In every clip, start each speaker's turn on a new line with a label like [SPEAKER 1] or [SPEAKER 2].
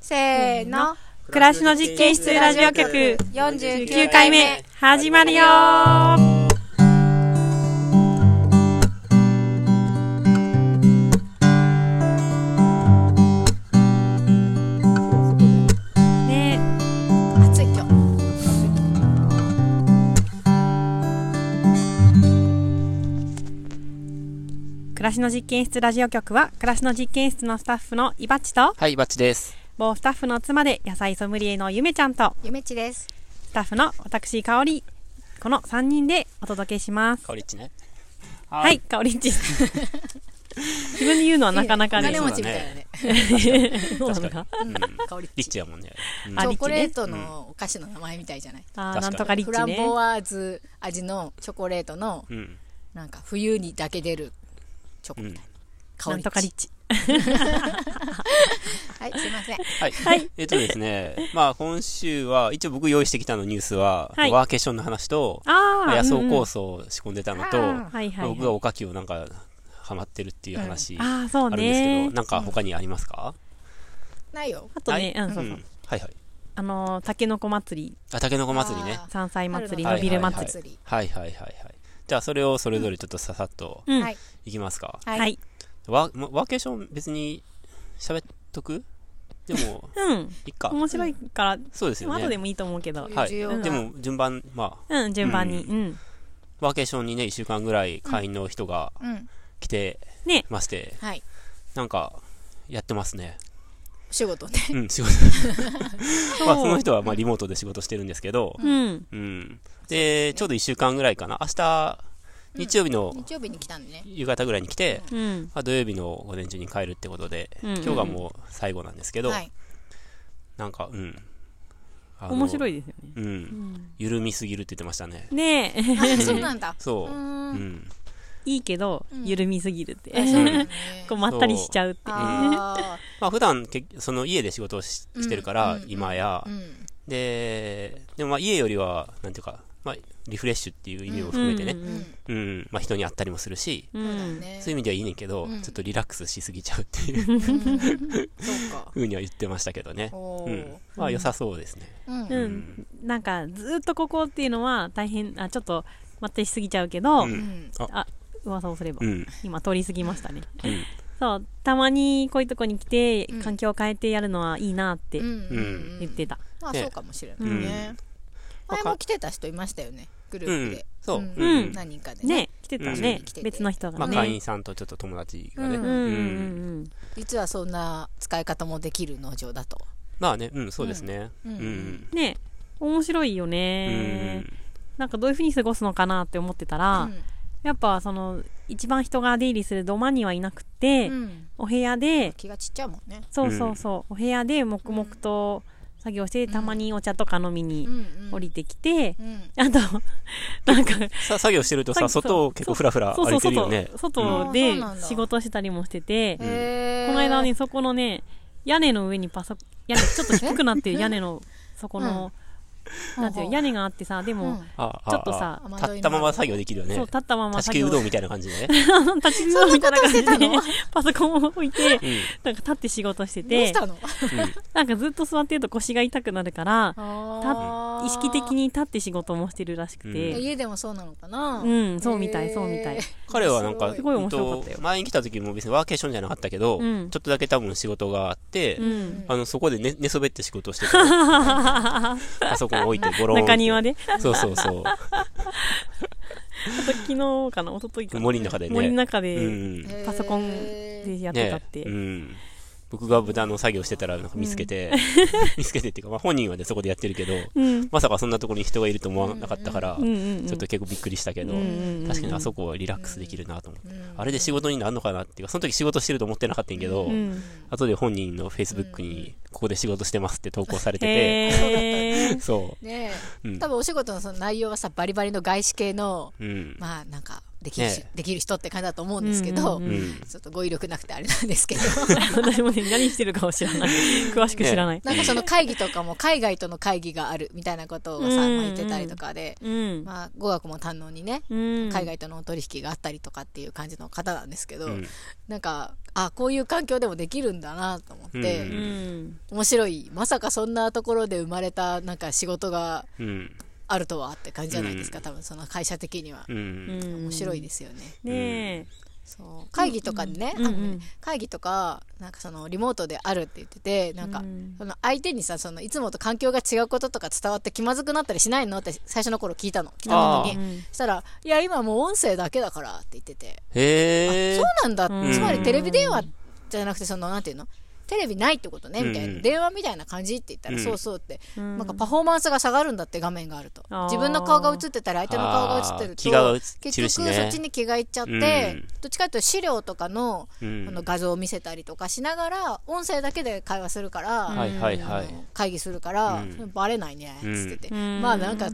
[SPEAKER 1] せーの、
[SPEAKER 2] 暮らしの実験室ラジオ局
[SPEAKER 1] 49
[SPEAKER 2] 9
[SPEAKER 1] 回
[SPEAKER 2] 回
[SPEAKER 1] 目
[SPEAKER 2] 目。始まるよーね
[SPEAKER 1] 暑い今日。
[SPEAKER 2] 暮らしの実験室ラジオ局は暮らしの実験室のスタッフのいばっちと
[SPEAKER 3] はい、バッチです。
[SPEAKER 2] 某スタッフの妻で野菜ソムリエのゆめちゃんと
[SPEAKER 1] ゆめちです。
[SPEAKER 2] スタッフの私かおりこの3人でお届けします
[SPEAKER 3] かおりっちね。
[SPEAKER 2] は、。
[SPEAKER 3] はい
[SPEAKER 2] かおりんち。自分で言うのはなかなかね
[SPEAKER 1] 金。持ちみたいなね。
[SPEAKER 2] そうなんだ
[SPEAKER 3] うん。
[SPEAKER 1] 香りっ
[SPEAKER 3] リ
[SPEAKER 1] ち。
[SPEAKER 3] ッチだもんね。うん
[SPEAKER 2] あ
[SPEAKER 1] チ
[SPEAKER 2] リ
[SPEAKER 1] ョ
[SPEAKER 2] ッチね
[SPEAKER 1] コレートのお菓子の名前みたいじゃない。
[SPEAKER 2] あー
[SPEAKER 3] 確か
[SPEAKER 2] な
[SPEAKER 3] に
[SPEAKER 2] んとかリ
[SPEAKER 1] フ
[SPEAKER 2] ッ
[SPEAKER 1] ラ
[SPEAKER 2] チね。
[SPEAKER 1] ボワーズ味のチョコレートの、
[SPEAKER 3] うん。
[SPEAKER 1] なんか冬にだけ出るチョコ
[SPEAKER 3] う
[SPEAKER 1] み
[SPEAKER 3] ん
[SPEAKER 1] たいな。香
[SPEAKER 2] な
[SPEAKER 1] りっ
[SPEAKER 2] ん
[SPEAKER 1] ち
[SPEAKER 2] とかリッチ。
[SPEAKER 1] はい、すいません。
[SPEAKER 3] はい。えっとですね、まあ今週は、一応僕用意してきたのニュースは、
[SPEAKER 2] はい
[SPEAKER 3] ワーケーションの話と、
[SPEAKER 2] ああ。
[SPEAKER 3] 野草
[SPEAKER 2] うんうん
[SPEAKER 3] 構想を仕込んでたのと、
[SPEAKER 1] あ
[SPEAKER 2] はいは
[SPEAKER 3] まあ
[SPEAKER 2] い
[SPEAKER 3] 僕が
[SPEAKER 2] はい。
[SPEAKER 3] おかきをなんか、ハマってるっていう話あ
[SPEAKER 2] ああ、そう
[SPEAKER 3] るんですけ
[SPEAKER 2] ね
[SPEAKER 3] ど、。なんか他にありますか
[SPEAKER 1] ないよ。
[SPEAKER 2] あとね、うん、そう
[SPEAKER 3] う
[SPEAKER 2] そう。
[SPEAKER 3] んはいはい。
[SPEAKER 2] あのー、たけのこ祭り、
[SPEAKER 3] あ、たけのこ祭りね。
[SPEAKER 1] あー
[SPEAKER 2] 山菜祭り、
[SPEAKER 1] 春の
[SPEAKER 2] のびる
[SPEAKER 3] はいはい
[SPEAKER 2] 祭
[SPEAKER 1] り。
[SPEAKER 3] はいはいはいはい。じゃあそれをそれぞれちょっとささっと
[SPEAKER 2] り。うん。
[SPEAKER 1] は
[SPEAKER 2] はい
[SPEAKER 1] い。
[SPEAKER 3] いきますか。
[SPEAKER 1] はい。。
[SPEAKER 3] ワーワーケーション別に喋っとくでも、
[SPEAKER 2] うん。
[SPEAKER 3] い っか。
[SPEAKER 2] 面白いから、で
[SPEAKER 3] そうですよ
[SPEAKER 2] も
[SPEAKER 3] ね。
[SPEAKER 2] 後でもいいと思うけど。
[SPEAKER 3] はい、
[SPEAKER 1] 需要が
[SPEAKER 3] でも順番、まあ、
[SPEAKER 2] うん、順番に。
[SPEAKER 3] う
[SPEAKER 2] うん。
[SPEAKER 3] ワーケーションにね、1週間ぐらい会員の人が
[SPEAKER 1] うん。
[SPEAKER 3] 来て
[SPEAKER 2] ね
[SPEAKER 3] まして、
[SPEAKER 1] はい。
[SPEAKER 3] なんか、やってます ね。
[SPEAKER 1] お仕事ね。
[SPEAKER 3] うん、仕事。まあ、その人は、まあ、リモートで仕事してるんですけど、
[SPEAKER 2] うん。
[SPEAKER 3] うん。で、ちょうど1週間ぐらいかな。明日、日曜日の
[SPEAKER 1] 日曜日に来たんでね。
[SPEAKER 3] 夕方ぐらいに来て、
[SPEAKER 2] うん。
[SPEAKER 3] まあ、土曜日の午前中に帰るってことで、
[SPEAKER 2] うん
[SPEAKER 3] 今日がもう最後なんですけど、
[SPEAKER 1] はい。
[SPEAKER 3] なんか、うん。あの
[SPEAKER 2] 面白い。ですよね。
[SPEAKER 3] う。
[SPEAKER 2] うんん
[SPEAKER 3] 緩みすぎるって言ってましたね。
[SPEAKER 2] ねえ、
[SPEAKER 1] あ、そうなんだ。
[SPEAKER 3] そうう。う
[SPEAKER 1] ーん。
[SPEAKER 3] ん。
[SPEAKER 2] いいけど
[SPEAKER 1] う、ん
[SPEAKER 2] 緩みすぎるって。
[SPEAKER 1] あそうなんだね
[SPEAKER 2] こう、まったりしちゃうっていう。
[SPEAKER 1] あ
[SPEAKER 3] まあ普段けその家で仕事をし
[SPEAKER 1] うん
[SPEAKER 3] してるから、
[SPEAKER 1] うん
[SPEAKER 3] 今や、
[SPEAKER 1] ー。うん。
[SPEAKER 3] ででもまあ家よりはなんていうか、まあ、リフレッシュっていう意味も含めてね、
[SPEAKER 1] うん。
[SPEAKER 3] うんまあ、人に会ったりもするし、
[SPEAKER 2] う
[SPEAKER 1] そうだよ
[SPEAKER 2] ん。
[SPEAKER 1] ね。
[SPEAKER 3] そういう意味ではいいねんけど、
[SPEAKER 1] うん
[SPEAKER 3] ちょっとリラックスしすぎちゃうっていう
[SPEAKER 1] うんそうか。
[SPEAKER 3] ふうには言ってましたけどね、
[SPEAKER 1] お
[SPEAKER 3] う
[SPEAKER 1] ー
[SPEAKER 3] ん、まあ良さそうですね、
[SPEAKER 1] うん
[SPEAKER 2] う
[SPEAKER 3] うんん、
[SPEAKER 2] なんかずーっとここっていうのは大変あちょっと待ってりしすぎちゃうけど、
[SPEAKER 3] う
[SPEAKER 1] うんん
[SPEAKER 2] 噂をすれば、
[SPEAKER 3] うんうん
[SPEAKER 2] 今通り過ぎましたね
[SPEAKER 3] うん
[SPEAKER 2] そうたまにこういうとこに来て
[SPEAKER 1] うん
[SPEAKER 2] 環境を変えてやるのはいいなって
[SPEAKER 1] うんうん
[SPEAKER 2] 言ってた、
[SPEAKER 1] まあ
[SPEAKER 3] ね
[SPEAKER 1] そうかもしれないね前も来てた人いましたよねグループで
[SPEAKER 3] そう、
[SPEAKER 1] ん
[SPEAKER 2] うん
[SPEAKER 1] 何人かで
[SPEAKER 2] ね来てたね
[SPEAKER 3] うん、
[SPEAKER 1] 来てて
[SPEAKER 2] 別の人がね、
[SPEAKER 3] まあ、会員さんとちょっと友達がね、
[SPEAKER 1] う
[SPEAKER 2] うんんうんうん
[SPEAKER 1] 実はそんな使い方もできる農場だと
[SPEAKER 3] まあねうんそうですね
[SPEAKER 1] う
[SPEAKER 3] うんん、うん
[SPEAKER 2] うんね面白いよね、なんかどういうふうに過ごすのかなって思ってたら、
[SPEAKER 1] うん
[SPEAKER 2] やっぱその一番人が出入りする土間にはいなくて、
[SPEAKER 1] うん
[SPEAKER 2] お部屋で
[SPEAKER 1] 気がちっちゃいもんね
[SPEAKER 2] そうそうそう、お部屋で黙々と作業して、
[SPEAKER 1] ん
[SPEAKER 2] たまにお茶とか飲みに降りてきて
[SPEAKER 1] う、ん
[SPEAKER 2] あとなんか
[SPEAKER 3] さ作業してると
[SPEAKER 2] さ
[SPEAKER 3] さ外を結構ふらふら
[SPEAKER 2] そう
[SPEAKER 3] 歩
[SPEAKER 2] そう
[SPEAKER 3] いてるよ
[SPEAKER 2] 外、
[SPEAKER 3] ね
[SPEAKER 2] 外
[SPEAKER 1] あー
[SPEAKER 2] で
[SPEAKER 1] そうなんだ
[SPEAKER 2] 仕事したりもしてて、
[SPEAKER 1] へー
[SPEAKER 2] この間ねそこのね屋根の上にパソ屋根ちょっと低く なってる屋根のそこの、なんて
[SPEAKER 1] ほうほ
[SPEAKER 2] いう
[SPEAKER 1] う
[SPEAKER 2] の屋根があってさで
[SPEAKER 1] う
[SPEAKER 2] も
[SPEAKER 1] ん、
[SPEAKER 3] ああ
[SPEAKER 2] ちょっとさ
[SPEAKER 1] あ、
[SPEAKER 3] 立ったまま作業できるよね
[SPEAKER 2] そう立ったまま
[SPEAKER 3] 立ち
[SPEAKER 2] 作
[SPEAKER 3] 切り
[SPEAKER 2] 業
[SPEAKER 3] うどんみたいな感じでね。
[SPEAKER 2] 立ち食いみたい
[SPEAKER 1] そんなこ
[SPEAKER 2] な感じ
[SPEAKER 1] としてた
[SPEAKER 2] で
[SPEAKER 1] の
[SPEAKER 2] パソコンを置いて
[SPEAKER 3] うん。
[SPEAKER 2] なんか立って仕事して
[SPEAKER 1] どう
[SPEAKER 2] て
[SPEAKER 1] したの
[SPEAKER 2] なんかずっと座ってると腰が痛くなるから
[SPEAKER 1] あー
[SPEAKER 2] 意識的に立って仕事もしてるらしく
[SPEAKER 3] うん
[SPEAKER 2] て、
[SPEAKER 1] 家でもそうなのかな
[SPEAKER 2] うんそうみたいそうみたい
[SPEAKER 1] へー
[SPEAKER 3] 彼はなんか、
[SPEAKER 1] す
[SPEAKER 2] ごい
[SPEAKER 3] うんと
[SPEAKER 2] 面白かったよ
[SPEAKER 3] 前に来た時も別にワーケーションじゃなかったけど、
[SPEAKER 2] うん
[SPEAKER 3] ちょっとだけ多分仕事があって、
[SPEAKER 2] うん、
[SPEAKER 3] あの、そこで寝寝そべって仕 事してた。パソコン置いてゴローンって。
[SPEAKER 2] 中庭で
[SPEAKER 3] そうそうそ
[SPEAKER 2] ちょっと昨日かな一昨日か
[SPEAKER 3] う。
[SPEAKER 2] な
[SPEAKER 3] 森の中でね。
[SPEAKER 2] 森の中
[SPEAKER 3] うんう
[SPEAKER 2] で
[SPEAKER 3] ん。
[SPEAKER 1] へー
[SPEAKER 2] パソコンでやってたっ
[SPEAKER 3] ね
[SPEAKER 2] て、
[SPEAKER 3] うん。僕が豚の作業してたらなんか見つけて、 見つけてっていうか、まあ本人はね、そこでやってるけど、
[SPEAKER 2] うん
[SPEAKER 3] まさかそんなところに人がいると思わなかったから、
[SPEAKER 2] うんうんうん
[SPEAKER 3] ちょっと結構びっくりしたけど、
[SPEAKER 2] うんうんうん
[SPEAKER 3] 確かにあそこはリラックスできるなと思って、
[SPEAKER 1] うん
[SPEAKER 3] あれで仕事になるのかなっていうかその時仕事してると思ってなかったんやけど、
[SPEAKER 2] うん
[SPEAKER 3] 後で本人の Facebook にここで仕事してますって投稿されてて、
[SPEAKER 2] へー
[SPEAKER 3] そ
[SPEAKER 1] ねえ
[SPEAKER 3] う、うん
[SPEAKER 1] 多分お仕事のその内容はさバリバリの外資系の
[SPEAKER 3] うん
[SPEAKER 1] まあなんかできるし、
[SPEAKER 3] ね
[SPEAKER 1] できる人って感じだと思うんですけど、
[SPEAKER 2] うん
[SPEAKER 3] う
[SPEAKER 2] うん
[SPEAKER 3] ん。
[SPEAKER 1] ちょっと語彙力なくてあれなんですけど
[SPEAKER 2] 私もね、何してるかは知ら ない。詳しく知らない。
[SPEAKER 1] なんかその会議とかも海外との会議があるみたいなことをさ、
[SPEAKER 2] うん
[SPEAKER 1] まあ言ってたりとかで、
[SPEAKER 2] うん。
[SPEAKER 1] まあ、語学も堪能にね
[SPEAKER 2] うん。
[SPEAKER 1] 海外とのお取引があったりとかっていう感じの方なんですけど、
[SPEAKER 3] うん
[SPEAKER 1] なんかあこういう環境でもできるんだなと思って、
[SPEAKER 3] う
[SPEAKER 2] うん。。
[SPEAKER 1] 面白いまさかそんなところで生まれたなんか仕事が
[SPEAKER 3] うん。
[SPEAKER 1] あるとはって感じじゃないですか、
[SPEAKER 3] うん
[SPEAKER 1] 多分その会社的には
[SPEAKER 3] う、ん。
[SPEAKER 1] 面白いですすよね
[SPEAKER 2] ねえ。
[SPEAKER 1] そう会議とかにね、
[SPEAKER 2] うんうん
[SPEAKER 1] あのね
[SPEAKER 2] うん
[SPEAKER 1] 会議とかなんかそのリモートであるって言っててなんか、
[SPEAKER 2] うん
[SPEAKER 1] その相手にさそのいつもと環境が違うこととか伝わって気まずくなったりしないのって最初の頃聞いたの来た時
[SPEAKER 3] う
[SPEAKER 1] に
[SPEAKER 2] ん
[SPEAKER 1] そしたら「いや今もう音声だけだから」って言ってて
[SPEAKER 3] へえ
[SPEAKER 1] そう。なんだ、
[SPEAKER 2] うん
[SPEAKER 1] つまりテレビ電話じゃなくてそのなんていうのテレビないってことねみたいな、
[SPEAKER 3] うん
[SPEAKER 1] 電話みたいな感じって言ったら、
[SPEAKER 3] うん
[SPEAKER 1] そうそうって、
[SPEAKER 2] うん
[SPEAKER 1] なんかパフォーマンスが下がるんだって画面があると
[SPEAKER 2] あー
[SPEAKER 1] 自分の顔が映ってたら相手の顔が映ってる
[SPEAKER 3] あ
[SPEAKER 1] と
[SPEAKER 3] ー気が映
[SPEAKER 1] 結
[SPEAKER 3] 散る
[SPEAKER 1] 局
[SPEAKER 3] しね
[SPEAKER 1] そっちに気がいっちゃって、
[SPEAKER 3] うん
[SPEAKER 1] どっちかというと資料とかの,、
[SPEAKER 3] うん
[SPEAKER 1] あの画像を見せたりとかしながら音声だけで会話するから、
[SPEAKER 2] うん
[SPEAKER 3] はいはい
[SPEAKER 1] あ
[SPEAKER 3] はい。
[SPEAKER 1] の会議するから、
[SPEAKER 3] うん
[SPEAKER 1] バレないねっつってて、
[SPEAKER 2] うん
[SPEAKER 1] まあなんか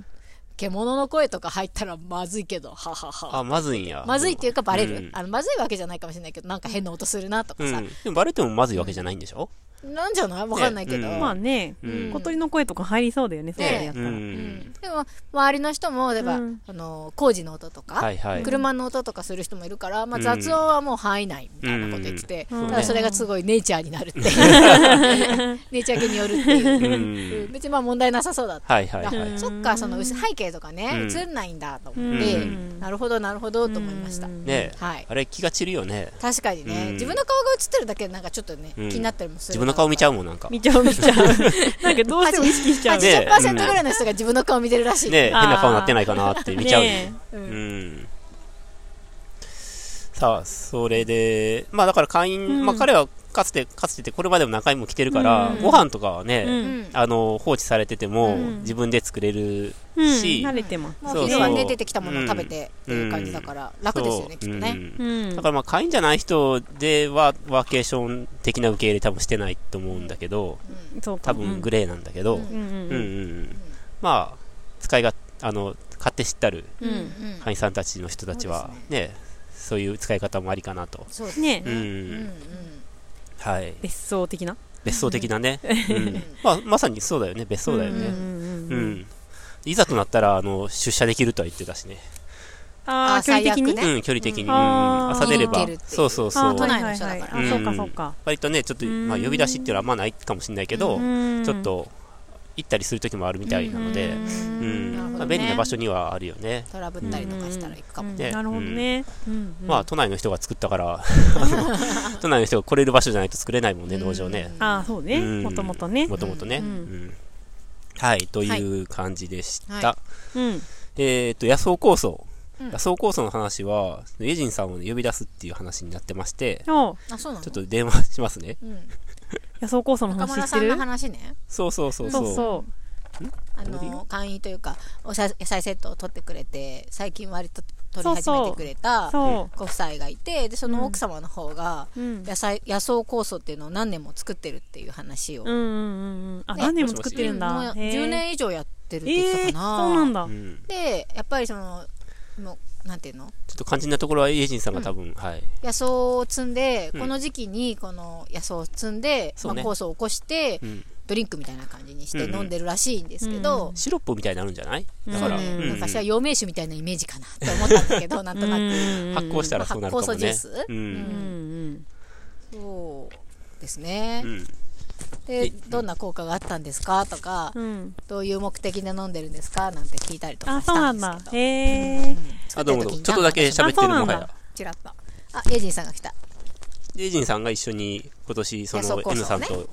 [SPEAKER 1] 獣の声とか入ったらまずいけどははは
[SPEAKER 3] あ、まずいんや。
[SPEAKER 1] まずいっていうかバレる、
[SPEAKER 3] うん
[SPEAKER 1] あのまずいわけじゃないかもしれないけどなんか変な音するなとか
[SPEAKER 3] う
[SPEAKER 1] さ、
[SPEAKER 3] ん。でもバレてもまずいわけじゃないんでしょ
[SPEAKER 1] なんじゃないわかんないけど、
[SPEAKER 3] ねうん
[SPEAKER 2] まあね、
[SPEAKER 3] うん
[SPEAKER 2] 小鳥の声とか入りそうだよね、そうやってやっ
[SPEAKER 3] う
[SPEAKER 2] たら。
[SPEAKER 3] ん。
[SPEAKER 1] でも周りの人も例えば、
[SPEAKER 2] うん
[SPEAKER 1] あの工事の音とか、
[SPEAKER 3] はいはい。
[SPEAKER 1] 車の音とかする人もいるから、まあ、
[SPEAKER 3] うん
[SPEAKER 1] 雑音はもう範囲内みたいなこと言ってて、
[SPEAKER 2] うん
[SPEAKER 1] ただそれがすごいネイチャーになるっていうネイチャー系によるって
[SPEAKER 3] う
[SPEAKER 1] いう、
[SPEAKER 3] ん。
[SPEAKER 1] 別にまあ問題なさそうだって、
[SPEAKER 3] はいはいは
[SPEAKER 1] あ
[SPEAKER 3] い。
[SPEAKER 1] そっかその背景とかね、
[SPEAKER 3] うん
[SPEAKER 1] 映んないんだと
[SPEAKER 2] う
[SPEAKER 1] 思
[SPEAKER 2] ん
[SPEAKER 1] って、
[SPEAKER 2] うん
[SPEAKER 1] なるほどなるほどと思いました、
[SPEAKER 2] うん
[SPEAKER 3] ねえ。
[SPEAKER 1] はい
[SPEAKER 3] あれ気が散るよね。
[SPEAKER 1] 確かにね、
[SPEAKER 3] うん
[SPEAKER 1] 自分の顔が映ってるだけでなんかちょっとね、
[SPEAKER 3] うん
[SPEAKER 1] 気になったりもする
[SPEAKER 3] 自分の顔見ちゃ
[SPEAKER 1] う
[SPEAKER 3] うもん、なんか。ね
[SPEAKER 2] 見ちゃう見 ちゃう。なんかどうしても意識しちゃう。
[SPEAKER 3] ねえ
[SPEAKER 1] 80%ぐらいの人が自分の顔見てるらしい、
[SPEAKER 3] え変
[SPEAKER 2] あー
[SPEAKER 3] な顔なってないかなって見ちゃうよね
[SPEAKER 2] ね。
[SPEAKER 1] う
[SPEAKER 3] うんん。さあ、それで、まあだから会
[SPEAKER 2] うん
[SPEAKER 3] 員、まあ彼はかつて、かつてってこれまでも何回も来てるか
[SPEAKER 2] う
[SPEAKER 3] ら
[SPEAKER 2] ん、
[SPEAKER 3] ご飯とかはね、
[SPEAKER 2] うん
[SPEAKER 1] うん
[SPEAKER 3] あの放置されてても、
[SPEAKER 2] うん
[SPEAKER 3] 自分で作れる
[SPEAKER 2] うん
[SPEAKER 3] し
[SPEAKER 2] 慣れてます。
[SPEAKER 1] も
[SPEAKER 3] そうう
[SPEAKER 1] 昼は
[SPEAKER 3] そ
[SPEAKER 1] ね
[SPEAKER 3] う
[SPEAKER 1] 出てきたものを食べてっていう感じだから楽ですよねき
[SPEAKER 3] そ
[SPEAKER 1] っ
[SPEAKER 3] う
[SPEAKER 1] と
[SPEAKER 3] う
[SPEAKER 1] ね
[SPEAKER 3] ん
[SPEAKER 2] うん。
[SPEAKER 3] だからまあ会員じゃない人ではワーケーション的な受け入れ多分してないと思うんだけど
[SPEAKER 2] そうか
[SPEAKER 3] 多分グ
[SPEAKER 2] レ
[SPEAKER 3] レーなんだけど、
[SPEAKER 1] うん
[SPEAKER 2] うん
[SPEAKER 3] うんうん
[SPEAKER 2] うん
[SPEAKER 3] うんまあ使いがあの買って知ったる
[SPEAKER 1] うん
[SPEAKER 2] う
[SPEAKER 1] うん
[SPEAKER 2] ん
[SPEAKER 1] うん
[SPEAKER 3] 会員さんたちの人たちは
[SPEAKER 1] そうです
[SPEAKER 3] ねそういう使い方もありかなと、
[SPEAKER 1] そうですね
[SPEAKER 2] ね
[SPEAKER 3] う
[SPEAKER 2] え
[SPEAKER 3] ん
[SPEAKER 1] うんうん
[SPEAKER 3] はい、
[SPEAKER 2] 別荘的な。
[SPEAKER 3] 別荘的なね、うんまあ、まさにそうだよね別荘だよ
[SPEAKER 2] うんうん
[SPEAKER 3] ね、う
[SPEAKER 2] うんんうん。
[SPEAKER 3] いざとなったらあの出社できるとは言ってたしね
[SPEAKER 2] ああ、
[SPEAKER 1] あ
[SPEAKER 2] 距離的に。
[SPEAKER 1] ね
[SPEAKER 3] うん、距離的に、
[SPEAKER 2] うん
[SPEAKER 3] うん
[SPEAKER 2] あー
[SPEAKER 3] 朝出れば
[SPEAKER 1] 見に行けるっていう
[SPEAKER 3] そうそう
[SPEAKER 2] あ
[SPEAKER 3] そ
[SPEAKER 2] あ
[SPEAKER 3] う
[SPEAKER 1] 都内の
[SPEAKER 2] はい
[SPEAKER 1] 人
[SPEAKER 2] はい
[SPEAKER 1] だから
[SPEAKER 2] はいあそう
[SPEAKER 3] う
[SPEAKER 2] か
[SPEAKER 3] ん
[SPEAKER 2] そうか。
[SPEAKER 3] 割とねちょっと、
[SPEAKER 2] うん
[SPEAKER 3] まあ、呼び出しっていうのはあんまないかもしれないけど、
[SPEAKER 2] うん
[SPEAKER 3] ちょっと行ったりする時もあるみたいなので、
[SPEAKER 1] う
[SPEAKER 3] うんん
[SPEAKER 1] なるほどね
[SPEAKER 3] まあ、便利な場所にはあるよね、
[SPEAKER 1] トラブったりとかしたら行くかも
[SPEAKER 2] うん
[SPEAKER 3] ね
[SPEAKER 2] なるほどね。うんうん
[SPEAKER 3] まあ都内の人が作ったから都内の人が来れる場所じゃないと作れないもんね農場ね
[SPEAKER 2] ああ、そうね。
[SPEAKER 3] うん
[SPEAKER 2] もともとね。
[SPEAKER 3] もともとね、
[SPEAKER 2] う
[SPEAKER 3] うんんはいという感じでした、
[SPEAKER 1] は
[SPEAKER 2] うん。
[SPEAKER 3] えっ、と野草構想、
[SPEAKER 1] うん
[SPEAKER 3] 野草構想の話はエジンさんを、ね、呼び出すっていう話になってまして
[SPEAKER 2] お
[SPEAKER 1] あそうなの
[SPEAKER 3] ちょっと電話しますね
[SPEAKER 1] うん
[SPEAKER 2] 野草構想の
[SPEAKER 1] 岡
[SPEAKER 2] 話
[SPEAKER 1] 村
[SPEAKER 2] して
[SPEAKER 1] さん
[SPEAKER 2] る
[SPEAKER 1] の話ね
[SPEAKER 3] そうそうそう
[SPEAKER 2] そ
[SPEAKER 3] そうう
[SPEAKER 2] そう。
[SPEAKER 1] あ
[SPEAKER 3] どういう
[SPEAKER 1] の会員というかおさ野菜セットを取ってくれて最近割と取り始めてくれた
[SPEAKER 2] そ
[SPEAKER 1] ご夫妻がいてでその奥様の方が
[SPEAKER 2] う。うん。
[SPEAKER 1] 野菜野草酵素っていうのを何年も作ってるっていう話を
[SPEAKER 2] うんうんうんうん。あ、
[SPEAKER 1] ね
[SPEAKER 2] 何年も作ってるんだ。
[SPEAKER 1] もう
[SPEAKER 2] へえ
[SPEAKER 1] 10年以上やってるって言って
[SPEAKER 2] ええ、
[SPEAKER 1] た
[SPEAKER 2] そ
[SPEAKER 1] かな、
[SPEAKER 2] うなんだ
[SPEAKER 3] う。ん
[SPEAKER 1] でやっぱりそのもうなんていうの
[SPEAKER 3] ちょっと肝心なところはエイジンさんが多分、はい。
[SPEAKER 1] 野草を摘んで、
[SPEAKER 3] うん
[SPEAKER 1] この時期にこの野草を摘んで、
[SPEAKER 3] そうね
[SPEAKER 1] まあ、酵素を起こして、
[SPEAKER 3] うん
[SPEAKER 1] ドリンクみたいな感じにして
[SPEAKER 3] うんうん
[SPEAKER 1] 飲んでるらしいんですけど、
[SPEAKER 3] シロップみたいになるんじゃない
[SPEAKER 2] うん
[SPEAKER 3] だ
[SPEAKER 1] そ
[SPEAKER 3] か
[SPEAKER 1] う
[SPEAKER 3] ら、
[SPEAKER 1] ね、
[SPEAKER 3] うん
[SPEAKER 1] なんか私は陽明酒みたいなイメージかなって思ったんだけ どなんとなく、
[SPEAKER 3] 発
[SPEAKER 2] 発
[SPEAKER 3] 酵したらそうなるかもね。
[SPEAKER 1] まあ発酵素ジュース
[SPEAKER 3] う。
[SPEAKER 2] うんん
[SPEAKER 1] そうですね、
[SPEAKER 3] うん
[SPEAKER 1] で
[SPEAKER 3] え
[SPEAKER 1] どんな効果があったんですかとか、
[SPEAKER 2] うんうん。
[SPEAKER 1] どういう目的で飲んでるんですかなんて聞いたりと
[SPEAKER 2] あ、
[SPEAKER 1] かし
[SPEAKER 2] そう
[SPEAKER 1] た
[SPEAKER 2] なんん
[SPEAKER 1] です
[SPEAKER 2] だ。
[SPEAKER 1] け
[SPEAKER 2] へ
[SPEAKER 1] ど
[SPEAKER 2] え。
[SPEAKER 3] あ、どうもどうも。ちょっとだけ喋って
[SPEAKER 2] あそう
[SPEAKER 3] る
[SPEAKER 2] なんだ
[SPEAKER 3] もはや。
[SPEAKER 1] チラッとあエイジンさんが来た
[SPEAKER 3] エイジンさんが一緒に今年、そ
[SPEAKER 1] 野草
[SPEAKER 3] の
[SPEAKER 1] 構想
[SPEAKER 3] N さん
[SPEAKER 1] ね
[SPEAKER 3] と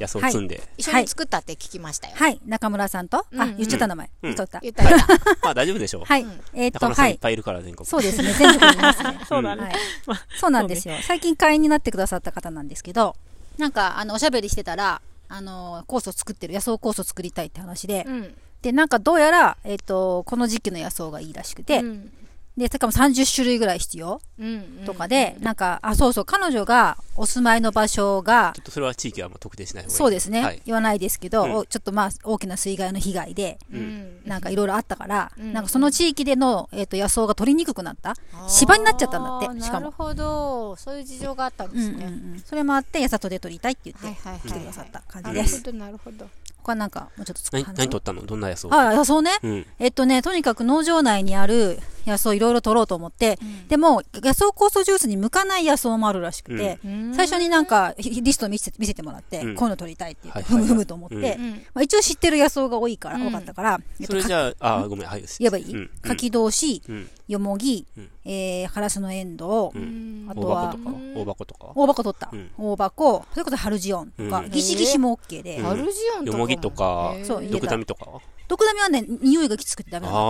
[SPEAKER 3] 野草を摘んで。
[SPEAKER 1] 一緒に作ったって聞きましたよ、
[SPEAKER 4] はい、中村さんと、
[SPEAKER 1] うん
[SPEAKER 4] あ、言っちゃった名前。
[SPEAKER 3] うん
[SPEAKER 4] 言っちゃった。
[SPEAKER 1] 言ったら
[SPEAKER 3] まあ大丈夫でしょう。
[SPEAKER 4] はい
[SPEAKER 1] うん、
[SPEAKER 4] えーっ
[SPEAKER 3] 中
[SPEAKER 4] と、
[SPEAKER 3] 村さ
[SPEAKER 4] は
[SPEAKER 3] んいっ
[SPEAKER 4] い。
[SPEAKER 3] ぱいいるから全国。
[SPEAKER 4] そうですね、全国にいますね。
[SPEAKER 2] そうだね。
[SPEAKER 4] はい
[SPEAKER 2] まあ、
[SPEAKER 4] そうなんですよ。最近会員になってくださった方なんですけど、なんか、あの、おしゃべりしてたら、あの、酵素作ってる、野草酵素作りたいって話で、
[SPEAKER 1] うん
[SPEAKER 4] で、なんかどうやら、えーっと、この時期の野草がいいらしくて、
[SPEAKER 1] うん
[SPEAKER 4] で、しかも30種類ぐらい必要
[SPEAKER 1] うんうん
[SPEAKER 4] とかで、なんか、あ、そうそう、彼女がお住まいの場所が、
[SPEAKER 3] ちょっとそれは地域はあんま特定しない方がいい。
[SPEAKER 4] そうですね、
[SPEAKER 3] はい。
[SPEAKER 4] 言わないですけど、
[SPEAKER 3] うん
[SPEAKER 4] おちょっとまあ大きな水害の被害で、
[SPEAKER 1] う
[SPEAKER 3] うん
[SPEAKER 4] なんかいろいろあったから、
[SPEAKER 1] うん
[SPEAKER 4] なんかその地域での、えっと野草が取りにくくなった、芝になっちゃったんだって
[SPEAKER 1] あー
[SPEAKER 4] しかも
[SPEAKER 1] なるほどそういう事情があったん
[SPEAKER 4] う
[SPEAKER 1] で
[SPEAKER 4] ん
[SPEAKER 1] す
[SPEAKER 4] うん
[SPEAKER 1] ね、
[SPEAKER 4] うん、それもあって、やさとで取りたいって言って、
[SPEAKER 1] はいはいはい、はい、
[SPEAKER 4] 来てくださった感じ
[SPEAKER 3] です
[SPEAKER 1] なるほどなる
[SPEAKER 4] 他なんかもうちょっとつ
[SPEAKER 3] 何、何
[SPEAKER 4] 話
[SPEAKER 3] 取ったのどんな野草
[SPEAKER 4] あ、野草ね、
[SPEAKER 3] うん。
[SPEAKER 4] えっとね、とにかく農場内にある野草いろいろ取ろうと思って、
[SPEAKER 1] ん
[SPEAKER 4] でも野草酵素ジュースに向かない野草もあるらしくて、
[SPEAKER 1] ほど
[SPEAKER 4] 最初になんかひリスト見せて見せてもらって、
[SPEAKER 3] うん
[SPEAKER 4] こういうの取りたいって言っ
[SPEAKER 3] は
[SPEAKER 4] て、
[SPEAKER 3] いはいはい
[SPEAKER 4] ふむふむと思って、
[SPEAKER 3] うん
[SPEAKER 1] うん
[SPEAKER 4] まあ、一応知ってる野草が多いから、
[SPEAKER 1] うん
[SPEAKER 4] 多かったから、えっ
[SPEAKER 3] そ
[SPEAKER 4] と
[SPEAKER 3] れじゃあ、あー、ごめん、はい。
[SPEAKER 4] 言えばいい、
[SPEAKER 3] うん
[SPEAKER 4] 柿同士、
[SPEAKER 3] うん。
[SPEAKER 4] よもぎ、
[SPEAKER 3] うん
[SPEAKER 4] えー、ハラスのエンドウ、
[SPEAKER 1] う
[SPEAKER 3] う。
[SPEAKER 1] んん
[SPEAKER 4] あと
[SPEAKER 3] 大
[SPEAKER 4] は
[SPEAKER 3] 箱とかは大箱とかは
[SPEAKER 4] 大箱取った、
[SPEAKER 3] うん
[SPEAKER 4] 大箱、それこそハルジオンとか、
[SPEAKER 3] うん
[SPEAKER 4] ギシギシも OK で、
[SPEAKER 3] うん
[SPEAKER 1] アルジオンとか
[SPEAKER 3] よもぎとか
[SPEAKER 4] そう入れ
[SPEAKER 3] 毒
[SPEAKER 4] た
[SPEAKER 3] ダミとかは
[SPEAKER 4] 毒ダミはね、匂いがきつくてダメなんだって。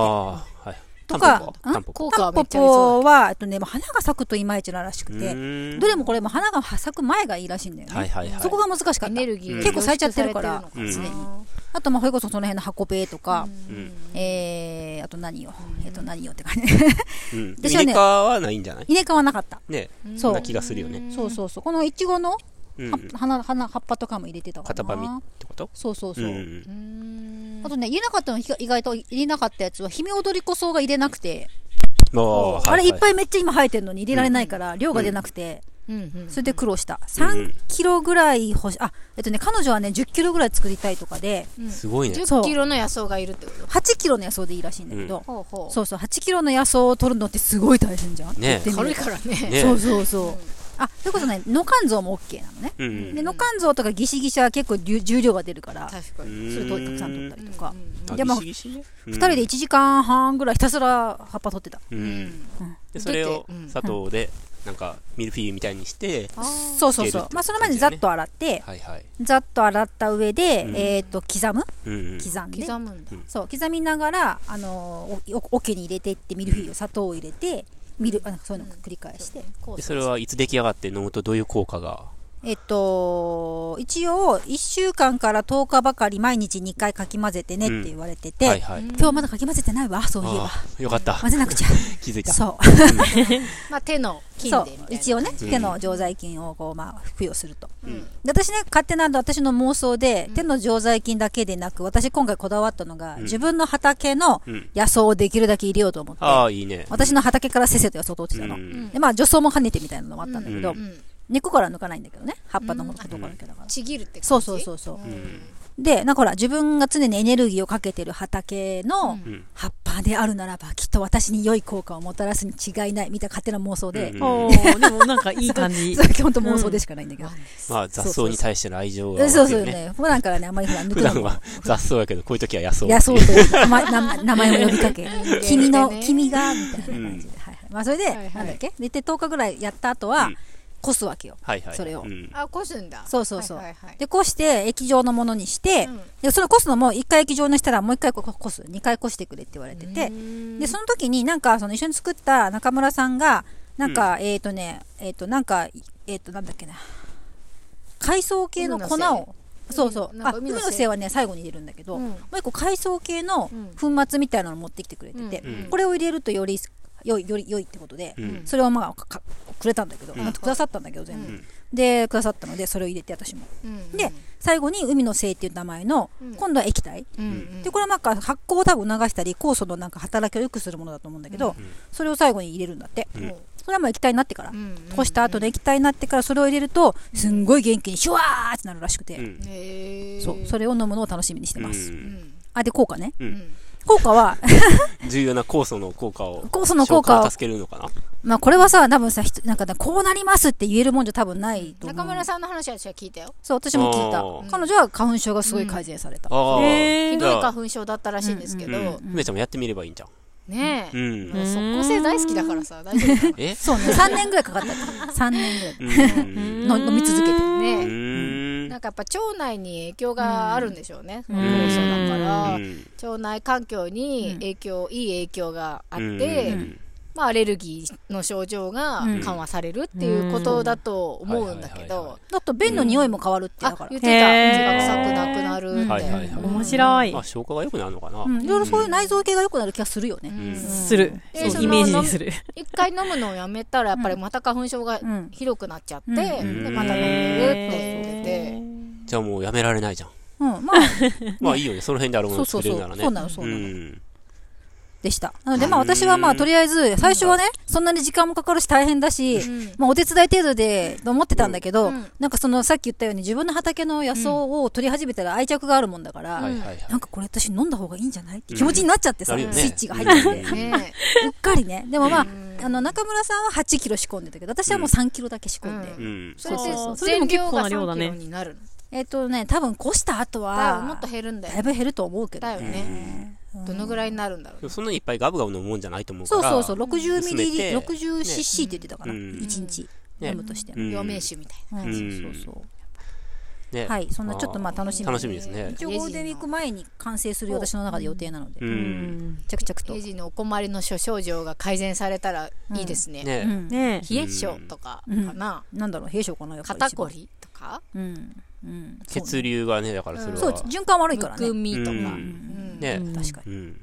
[SPEAKER 3] ああ、はい。
[SPEAKER 4] とか、
[SPEAKER 3] タンポポ
[SPEAKER 1] 効
[SPEAKER 4] ん
[SPEAKER 1] 果
[SPEAKER 4] タ
[SPEAKER 1] は
[SPEAKER 4] ン
[SPEAKER 1] め
[SPEAKER 4] ポ
[SPEAKER 1] っちゃありそ
[SPEAKER 4] ポは、えっとね、もう花が咲くといまいちならしく
[SPEAKER 3] う
[SPEAKER 4] て、
[SPEAKER 3] ーん
[SPEAKER 4] どれもこれも花が咲く前がいいらしいんだよね。
[SPEAKER 3] はいはいはい。
[SPEAKER 4] そこが難しか
[SPEAKER 1] う
[SPEAKER 4] っ
[SPEAKER 1] エ
[SPEAKER 4] た
[SPEAKER 1] ネ。ルギー
[SPEAKER 3] う
[SPEAKER 1] が
[SPEAKER 3] ん
[SPEAKER 4] 結構咲いちゃってるから
[SPEAKER 1] 凝縮されてるのか
[SPEAKER 4] あと、まあ、それこそその辺の箱べとか、
[SPEAKER 3] うん。
[SPEAKER 4] えー、あと何よ。えっと、何よって感じ。
[SPEAKER 3] うん。
[SPEAKER 4] 私はね
[SPEAKER 3] イネ科はないんじゃない
[SPEAKER 4] 稲川はなかった。
[SPEAKER 3] ね
[SPEAKER 1] な
[SPEAKER 4] そ
[SPEAKER 3] そ
[SPEAKER 4] うん
[SPEAKER 3] な気がするよね。
[SPEAKER 4] そうそうそう。このイチゴの
[SPEAKER 3] うん
[SPEAKER 4] 葉。花、花、葉っぱとかも入れてたか
[SPEAKER 3] 片ばみっ
[SPEAKER 4] な。
[SPEAKER 3] てこと
[SPEAKER 4] そうそうそうう。
[SPEAKER 3] ん
[SPEAKER 1] う。ん
[SPEAKER 4] あとね、入れなかったの、ひ意外と入れなかったやつは、ヒメオドリコソウが入れなくて、
[SPEAKER 3] ああ
[SPEAKER 4] あれいっ
[SPEAKER 3] い。
[SPEAKER 4] ぱいめっちゃ今生えてるのに入れられないから、量が出なくて、
[SPEAKER 1] うんうん
[SPEAKER 4] それで苦労した。
[SPEAKER 3] うん
[SPEAKER 4] 3キロぐらい欲し、あ、えっとね、彼女はね、10キロぐらい作りたいとかで、
[SPEAKER 1] うん
[SPEAKER 3] すごいね。
[SPEAKER 1] 10キロの野草がいるってこと
[SPEAKER 4] 8キロの野草でいいらしいんだけど、
[SPEAKER 1] ほうほう
[SPEAKER 4] そうそう、8キロの野草を取るのってすごい大変じゃん。
[SPEAKER 3] ねえ
[SPEAKER 4] 言ってみ
[SPEAKER 1] 軽い
[SPEAKER 4] る
[SPEAKER 1] からね
[SPEAKER 3] ね
[SPEAKER 4] そうそうそう。あ、ということね、野肝臓も OK なのね。
[SPEAKER 3] うん
[SPEAKER 4] で、野肝臓とかギシギシは結構重重量が出るから、
[SPEAKER 1] 確か
[SPEAKER 3] う
[SPEAKER 1] に
[SPEAKER 3] ん。
[SPEAKER 4] それとたくさん取ったりとか。
[SPEAKER 3] あ
[SPEAKER 4] でも
[SPEAKER 3] ギシギシねうん
[SPEAKER 4] 2人で1時間半ぐらいひたすら葉っぱ取ってた。
[SPEAKER 3] う。
[SPEAKER 1] うんん
[SPEAKER 3] で、それを
[SPEAKER 1] 出てうん
[SPEAKER 3] 砂糖で、なんか、ミルフィーユみたいにして、
[SPEAKER 1] あー
[SPEAKER 4] そうそう
[SPEAKER 3] いけ
[SPEAKER 4] そ
[SPEAKER 3] るっ
[SPEAKER 4] う
[SPEAKER 3] て。
[SPEAKER 4] まあ、その前にざっと洗って、
[SPEAKER 3] はいはい。
[SPEAKER 4] ざっと洗った上で、
[SPEAKER 3] うん
[SPEAKER 4] えっ、と、刻む
[SPEAKER 3] うんうん。
[SPEAKER 4] 刻んで。
[SPEAKER 1] 刻むんだ
[SPEAKER 4] そう、刻みながら、あのー、おお桶に入れてって、ミルフィーユ、砂糖を入れて、ミル、あなんかそういうのを繰り返して。
[SPEAKER 1] こう
[SPEAKER 3] でそれはいつ出来上がって飲むとどういう効果が
[SPEAKER 4] えっと、一応、1週間から10日ばかり毎日2回かき混ぜてねって言われてて、
[SPEAKER 3] はいはい。
[SPEAKER 4] 今日まだかき混ぜてないわ、そういえば。
[SPEAKER 3] ああ、よかった。
[SPEAKER 4] 混ぜなくちゃ。
[SPEAKER 3] 気づいた。
[SPEAKER 4] そう。
[SPEAKER 1] まあ手の筋
[SPEAKER 4] そう
[SPEAKER 1] でみたいな
[SPEAKER 4] 一応ね、
[SPEAKER 3] じ
[SPEAKER 4] 手の常在菌をこう、まあ、付与すると。
[SPEAKER 3] うん
[SPEAKER 4] で私ね、勝手な私の妄想で、手の常在菌だけでなく、私今回こだわったのが、
[SPEAKER 3] うん
[SPEAKER 4] 自分の畑の
[SPEAKER 3] うん。
[SPEAKER 4] 野草をできるだけ入れようと思って、
[SPEAKER 3] ああ、いいね。
[SPEAKER 4] 私の畑からせっせと野草取って
[SPEAKER 3] う
[SPEAKER 4] きたの。
[SPEAKER 3] ん。
[SPEAKER 4] で、まあ、除草も兼ねてみたいなのもあったんだけど、
[SPEAKER 3] う
[SPEAKER 1] うん
[SPEAKER 4] 根っこから抜かないんだけどね、葉っぱのところだけだから。
[SPEAKER 1] ちぎるって感じ
[SPEAKER 4] そうそうそうそう。
[SPEAKER 3] うん。
[SPEAKER 4] で、なんかほら、自分が常にエネルギーをかけてる畑
[SPEAKER 1] う
[SPEAKER 4] の
[SPEAKER 1] ん
[SPEAKER 3] うん。
[SPEAKER 4] 葉っぱであるならば、きっと私に良い効果をもたらすに違いない、みたいな勝手な妄想で、
[SPEAKER 3] うん
[SPEAKER 2] おーでもなんかいい感じ
[SPEAKER 4] それ。基本と妄想でしかないんだけど。
[SPEAKER 3] まあ、雑草に対しての愛情が
[SPEAKER 4] え
[SPEAKER 3] 湧く
[SPEAKER 4] そ
[SPEAKER 3] よ
[SPEAKER 4] う
[SPEAKER 3] ね。
[SPEAKER 4] そうよね。普段からね、あんまりほら、抜
[SPEAKER 3] 普
[SPEAKER 4] くの
[SPEAKER 3] 段
[SPEAKER 4] も。
[SPEAKER 3] は 雑草やけど、こういう時は野草。
[SPEAKER 4] いや、そうという名前名名前を呼びか け、君の
[SPEAKER 1] ね、
[SPEAKER 4] 君が、みたいな感じで。はいはい。まあ、それで、
[SPEAKER 1] いはい
[SPEAKER 4] なんだっけで、で10日ぐらいやった後は
[SPEAKER 3] うん、
[SPEAKER 4] こすわけよ。
[SPEAKER 3] はいはい。
[SPEAKER 4] それを
[SPEAKER 3] うん
[SPEAKER 1] あこすんだ
[SPEAKER 4] そうそうそう
[SPEAKER 1] はいはいはい
[SPEAKER 4] で、こして、液状のものにして、
[SPEAKER 1] うん
[SPEAKER 4] で、そのこすのも、一回液状にしたら、もう一回ここす。二回こしてくれって言われてて、
[SPEAKER 1] うん
[SPEAKER 4] で、その時になんか、その一緒に作った中村さんが、なんか、えっ、とね、えっ、と、なんか、えっ、と、なんだっけな。海藻系の粉
[SPEAKER 1] 海の
[SPEAKER 4] を、そうそう。
[SPEAKER 1] なん
[SPEAKER 4] あ、
[SPEAKER 1] か
[SPEAKER 4] 海
[SPEAKER 1] 海の
[SPEAKER 4] の
[SPEAKER 1] 精
[SPEAKER 4] 精はね、最後に入れるんだけど、
[SPEAKER 1] うん
[SPEAKER 4] もう一個海藻系の粉末みたいなのを持ってきてくれてて、
[SPEAKER 1] うん
[SPEAKER 3] うん
[SPEAKER 4] これを入れるとより、よい、より良いってことで、
[SPEAKER 3] うん。
[SPEAKER 4] それをまあ、かかくれたんだけど、
[SPEAKER 3] ん
[SPEAKER 4] くださったんだけど、全部。
[SPEAKER 3] うん
[SPEAKER 4] で、くださったので、それを入れて、私も。
[SPEAKER 1] うん
[SPEAKER 4] で、最後に海の精っていう名前の、
[SPEAKER 1] うん
[SPEAKER 4] 今度は液体。
[SPEAKER 1] うんうん
[SPEAKER 4] で、これはなんか発酵を多分促したり、酵素のなんか働きを良くするものだと思うんだけど、それを最後に入れるんだって。
[SPEAKER 3] うん
[SPEAKER 4] それはもう液体になってから。
[SPEAKER 1] うん
[SPEAKER 4] こした後の液体になってからそれを入れると、すんごい元気にシュワーってなるらしく
[SPEAKER 3] う
[SPEAKER 4] て。
[SPEAKER 3] ん。
[SPEAKER 1] へえ
[SPEAKER 4] そう、それを飲むのを楽しみにして
[SPEAKER 3] う
[SPEAKER 4] ます。
[SPEAKER 3] ん。
[SPEAKER 4] あ、で、効果ね。
[SPEAKER 3] う。
[SPEAKER 1] うんん
[SPEAKER 4] 効果は、
[SPEAKER 3] 重要な酵素の効果を。
[SPEAKER 4] 酵素の効果
[SPEAKER 3] 消
[SPEAKER 4] を
[SPEAKER 3] 化を助けるのかな
[SPEAKER 4] まあこれはさ、多分さ、ひとなんかね、こうなりますって言えるもんじゃ多分ないと思う。
[SPEAKER 1] 中村さんの話は私は聞いたよ
[SPEAKER 4] そう、私も
[SPEAKER 3] あ
[SPEAKER 4] 聞い
[SPEAKER 3] ー
[SPEAKER 4] た。彼女は花粉症がすごい改善された。
[SPEAKER 3] ああ。
[SPEAKER 2] へー
[SPEAKER 1] ひどい
[SPEAKER 3] じゃ
[SPEAKER 1] 花
[SPEAKER 3] あ
[SPEAKER 1] 粉症だったらしいんですけ
[SPEAKER 3] う
[SPEAKER 1] ど
[SPEAKER 3] ん。梅ちゃんもやってみればいいんじゃん。
[SPEAKER 1] ね
[SPEAKER 3] う
[SPEAKER 1] え
[SPEAKER 3] ん。
[SPEAKER 1] もう即効性大好きだからさ大丈夫かな
[SPEAKER 3] え
[SPEAKER 4] そうね、3年ぐらいかかった。3年ぐらい。
[SPEAKER 3] うん。
[SPEAKER 4] の飲み続けて
[SPEAKER 3] う
[SPEAKER 1] ねえ
[SPEAKER 3] ん
[SPEAKER 1] なんかやっぱ腸内に影響があるんでしょうねその
[SPEAKER 2] うん
[SPEAKER 1] 酵素だから
[SPEAKER 3] うん
[SPEAKER 1] 腸内環境に影響いい影響があって
[SPEAKER 3] うん
[SPEAKER 1] まあ、アレルギーの症状が
[SPEAKER 4] うん
[SPEAKER 1] 緩和されるっていうことだと思うんだけ
[SPEAKER 3] うんはいはいはいは
[SPEAKER 1] ど、
[SPEAKER 4] だと便の匂いも変わるってだ
[SPEAKER 1] あ
[SPEAKER 4] から、
[SPEAKER 1] 言ってた
[SPEAKER 2] へ
[SPEAKER 1] 血
[SPEAKER 2] ー
[SPEAKER 1] が臭くなくなる
[SPEAKER 4] うん
[SPEAKER 1] っ
[SPEAKER 3] はいはいはい
[SPEAKER 1] て
[SPEAKER 2] 面白い、
[SPEAKER 3] まあ消化が良くなるのかな、
[SPEAKER 4] うんいろいろそういう内臓系が良くなる気がするよね、
[SPEAKER 1] うん
[SPEAKER 2] する、
[SPEAKER 1] えそ
[SPEAKER 2] そ
[SPEAKER 1] うの
[SPEAKER 2] イメージでする
[SPEAKER 1] 一回飲むのをやめたらやっぱりまた花粉症が
[SPEAKER 4] うん
[SPEAKER 1] ひどくなっちゃって、
[SPEAKER 4] うん
[SPEAKER 1] でまた飲めるって言ってて、
[SPEAKER 3] じゃあもうやめられないじ ゃん
[SPEAKER 4] うん、まあ、
[SPEAKER 3] まあいいよねその辺であるもの
[SPEAKER 4] そう
[SPEAKER 3] を
[SPEAKER 4] そ
[SPEAKER 3] 作
[SPEAKER 4] うそ
[SPEAKER 3] れ
[SPEAKER 4] う、
[SPEAKER 3] るならね
[SPEAKER 4] そうなの、そう
[SPEAKER 3] う
[SPEAKER 4] なの、
[SPEAKER 3] ん
[SPEAKER 4] でした。なので、まあ、私はまあ、とりあえず、最初はね、そんなに時間もかかるし、大変だし、
[SPEAKER 1] うん
[SPEAKER 4] まあ、お手伝い程度で、と思ってたんだけど、
[SPEAKER 1] うん
[SPEAKER 4] なんかその、さっき言ったように、自分の畑の野草を取り始めたら愛着があるもんだから、
[SPEAKER 3] はいはいはい
[SPEAKER 4] なんかこれ私飲んだ方がいいんじゃないって気持ちになっちゃってさ、
[SPEAKER 3] なるよね
[SPEAKER 4] スイッチが入ってて、う
[SPEAKER 1] ね
[SPEAKER 4] っかりね。でもまあ
[SPEAKER 1] ん、
[SPEAKER 4] あの、中村さんは8キロ仕込んでたけど、私はもう3キロだけ仕込んで。
[SPEAKER 1] うん
[SPEAKER 3] うん
[SPEAKER 1] それ
[SPEAKER 2] そうそう
[SPEAKER 1] で
[SPEAKER 2] それでも
[SPEAKER 1] 全
[SPEAKER 2] 結
[SPEAKER 1] 量
[SPEAKER 2] 構
[SPEAKER 1] が
[SPEAKER 2] な量だ
[SPEAKER 1] 3
[SPEAKER 2] ね
[SPEAKER 1] キロになるの
[SPEAKER 4] えっ、とね、多分、越した後
[SPEAKER 1] だ
[SPEAKER 4] は、
[SPEAKER 1] もっと減るんだ
[SPEAKER 4] だい
[SPEAKER 1] よ
[SPEAKER 4] ぶ減ると思うけど
[SPEAKER 1] だよ
[SPEAKER 4] ね。
[SPEAKER 1] ね、どのぐらいになるんだろう
[SPEAKER 3] でもそんなにいっぱいガブガブ飲むもんじゃないと思うか
[SPEAKER 4] そう
[SPEAKER 3] ら
[SPEAKER 4] そうそう、60ミ
[SPEAKER 3] 薄
[SPEAKER 4] リ
[SPEAKER 3] めて、
[SPEAKER 4] 60cc って言ってたから、
[SPEAKER 3] うん
[SPEAKER 4] 1日
[SPEAKER 3] ね
[SPEAKER 4] 飲むとして。
[SPEAKER 3] うん
[SPEAKER 1] 陽明酒みたい
[SPEAKER 4] うん
[SPEAKER 3] ん
[SPEAKER 4] そうそうそう。
[SPEAKER 3] ね
[SPEAKER 4] はい、そんなちょっとまあ楽しみ。
[SPEAKER 3] 楽しみですね
[SPEAKER 4] 一応ゴールデンウィーク前に完成する私の中で予定なので
[SPEAKER 3] う、
[SPEAKER 2] うんん
[SPEAKER 4] 着々
[SPEAKER 1] な
[SPEAKER 4] と
[SPEAKER 1] エイ。ジのお困りの諸症状が改善されたらいいですね,、
[SPEAKER 4] う
[SPEAKER 3] ね
[SPEAKER 4] ん
[SPEAKER 2] ね
[SPEAKER 1] 冷え性とかかな、
[SPEAKER 4] なんだろう、弊社かな、やっぱり
[SPEAKER 1] 肩
[SPEAKER 4] 一番
[SPEAKER 1] こ。りとか
[SPEAKER 4] うん。うん。そう
[SPEAKER 3] 血流がねだからそれは
[SPEAKER 4] そう、循環悪いから
[SPEAKER 1] むく
[SPEAKER 4] ね。
[SPEAKER 1] みとか、
[SPEAKER 3] う
[SPEAKER 4] うんん
[SPEAKER 3] ね
[SPEAKER 2] うん
[SPEAKER 4] 確かに。
[SPEAKER 3] うん